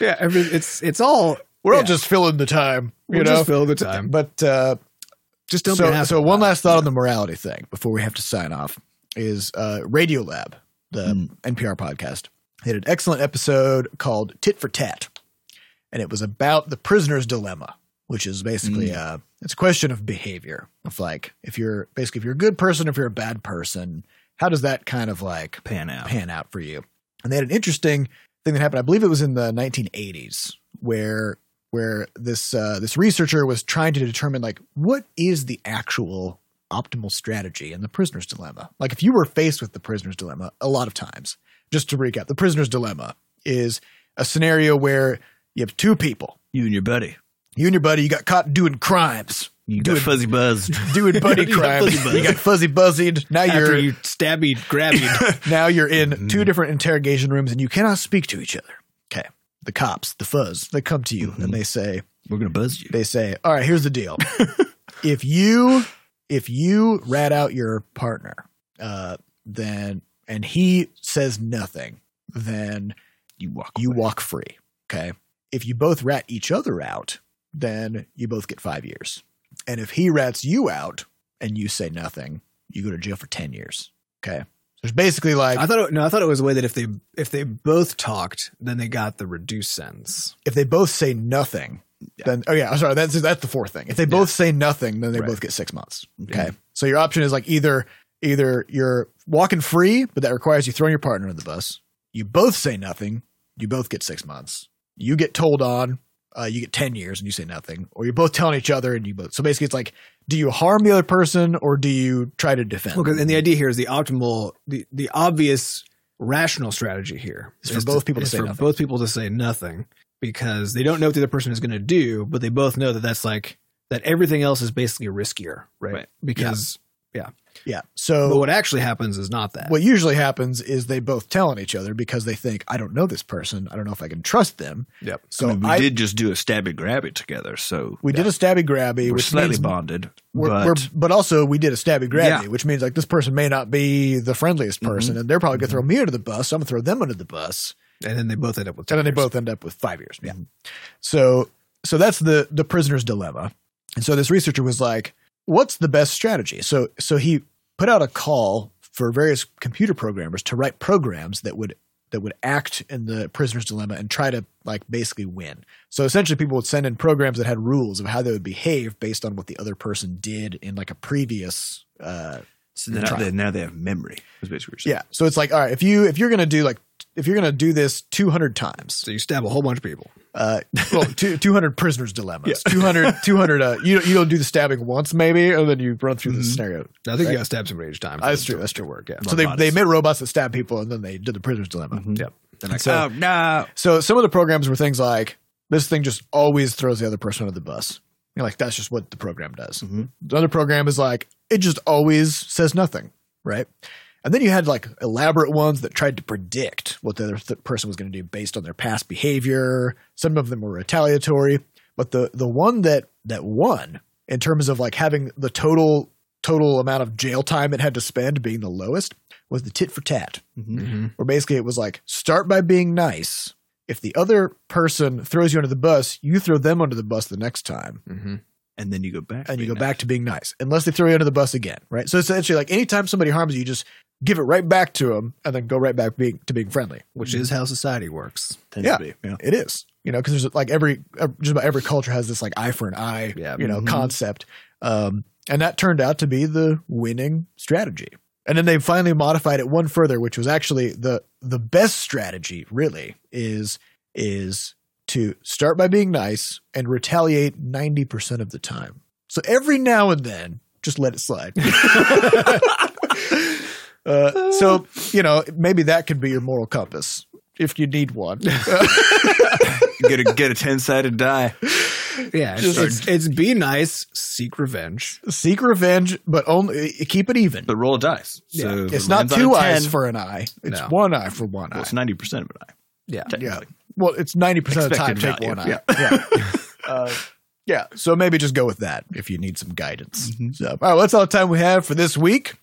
yeah, every, it's it's all we're all Yeah. just filling the time. we You know. just fill the time. but uh, Just don't be an so, asshole so one about last thought on the morality thing before we have to sign off is uh, Radiolab, the Hmm. Mm. NPR podcast. They had an excellent episode called Tit for Tat, and it was about the prisoner's dilemma, which is basically Hmm. uh, it's a question of behavior of like if you're basically if you're a good person, if you're a bad person, how does that kind of like Pan out. pan out for you. And they had an interesting thing that happened. I believe it was in the 1980s, where where this uh, this researcher was trying to determine like what is the actual optimal strategy in the prisoner's dilemma. Like if you were faced with the prisoner's dilemma, a lot of times, just to recap, the prisoner's dilemma is a scenario where you have two people, You and your buddy. you and your buddy, you got caught doing crimes, You got Dude. fuzzy buzzed. doing buddy crimes. fuzzy buzzed. You got fuzzy buzzied. Now after you're you stabby grabby. now you're in Mhm. two different interrogation rooms and you cannot speak to each other. Okay. The cops, the fuzz, they come to you Mhm. and they say, We're going to buzz you. they say, all right, here's the deal. if you, if you rat out your partner, uh, then, and he says nothing, then You walk. you walk free. Okay. If you both rat each other out, then you both get five years. And if he rats you out and you say nothing, you go to jail for 10 years. Okay. So it's basically like, I thought it, no, I thought it was a way that if they if they both talked, then they got the reduced sentence. if they both say nothing, then oh yeah, I'm sorry, that's that's the fourth thing. If they both say nothing, then they Right. both get six months. Okay. Okay. So your option is like either either you're walking free, but that requires you throwing your partner in the bus. You both say nothing, you both get six months. You get told on, uh, you get ten years, and you say nothing, or you're both telling each other, and you both. So basically, it's like, do you harm the other person, or do you try to defend? Well, 'cause- and the idea here is the optimal, the, the obvious rational strategy here Is for both people to is say for nothing. both people to say nothing because they don't know what the other person is going to do, but they both know that that's like that everything else is basically riskier, right? Right. Because yeah. but So what actually happens is not that. what usually happens is they both tell on each other because they think, I don't know this person, I don't know if I can trust them. Yep. I So mean, we I, did just do a stabby grabby together, so We did a stabby grabby, we're which slightly means bonded. We're, but but, we're, but also we did a stabby grabby, Yeah. which means like this person may not be the friendliest person, and they're probably gonna Mhm. throw me under the bus. So I'm gonna throw them under the bus, and then they both end up with. and then they both end up with five years. Mm-hmm. Yeah. So so that's the the prisoner's dilemma. And so this researcher was like, "What's the best strategy?" So so he put out a call for various computer programmers to write programs that would that would act in the prisoner's dilemma and try to like basically win. So essentially, people would send in programs that had rules of how they would behave based on what the other person did in like a previous. Uh, so now, trial. they, now they have memory. is basically what you're saying. yeah. So it's like, all right, if you if you're gonna do like if you're gonna do this 200 times, So you stab a whole bunch of people. uh, well, two, 200 prisoners dilemmas. 200, 200, uh, you, don't- you don't do the stabbing once maybe, and then you run through the Mhm. scenario. I think Right. you got to stab somebody each time. for That's it true, to- that's to work. Yeah. So they, Robots. they made robots that stab people, and then they did the prisoner's dilemma. Mhm. Yep. And like, So, Mm-hmm. so, oh, no. so some of the programs were things like, this thing just always throws the other person under the bus. You're like, that's just what the program does. Mhm. The other program is like, it just always says nothing, right? And then you had like elaborate ones that tried to predict what the other th- person was going to do based on their past behavior. Some of them were retaliatory, but the the one that that won in terms of like having the total total amount of jail time it had to spend being the lowest was the tit for tat Mm-hmm. Mm-hmm, where basically it was like start by being nice. If the other person throws you under the bus, you throw them under the bus the next time, mm-hmm. And then you go back. and you to go being back to being nice, unless they throw you under the bus again, right? So essentially, like anytime somebody harms you, you just give it right back to them, and then go right back being, to being friendly. Which is how society works. nice. Tends yeah. to be, yeah. It is, you know, because there's like every ev- just about every culture has this like eye for an eye, Yeah. you know, Mhm. concept, um, and that turned out to be the winning strategy. And then they finally modified it one further, which was actually the the best strategy. Really, is is to start by being nice and retaliate ninety percent of the time. So every now and then, just let it slide. Uh, so you know maybe that could be your moral compass if you need one. get a get a ten sided die. Yeah, it's, it's, it's be nice, seek revenge. seek revenge, but only keep it even. But roll dice. So Yeah. if it It's not lands on a two eyes 10, for an eye. It's No. one eye for one well, eye. it's ninety percent of an eye. Yeah. Yeah. Technically. Well, it's ninety percent of the time Expected take value. one eye. Yeah. Uh, yeah. So maybe just go with that if you need some guidance. Mm-hmm. So, all right, well, that's all the time we have for this week.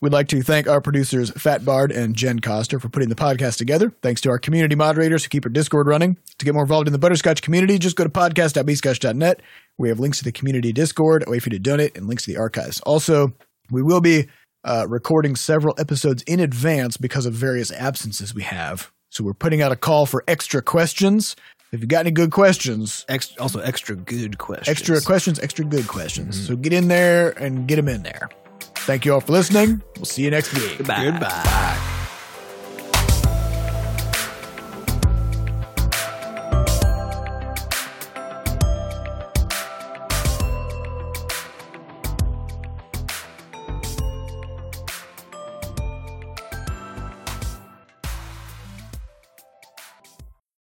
We'd like to thank our producers Fat Bard and Jen Coster for putting the podcast together. Thanks to our community moderators who keep our Discord running. To get more involved in the Butterscotch community, just go to podcast.bscotch.net. We have links to the community Discord, a way for you to donate, and links to the archives. Also, we will be uh, recording several episodes in advance because of various absences we have. So we're putting out a call for extra questions. If you've got any good questions, Ex- also, extra good questions. Mm-hmm. extra questions, extra good questions. So get in there and get them in there. Thank you all for listening. We'll see you next week. Goodbye.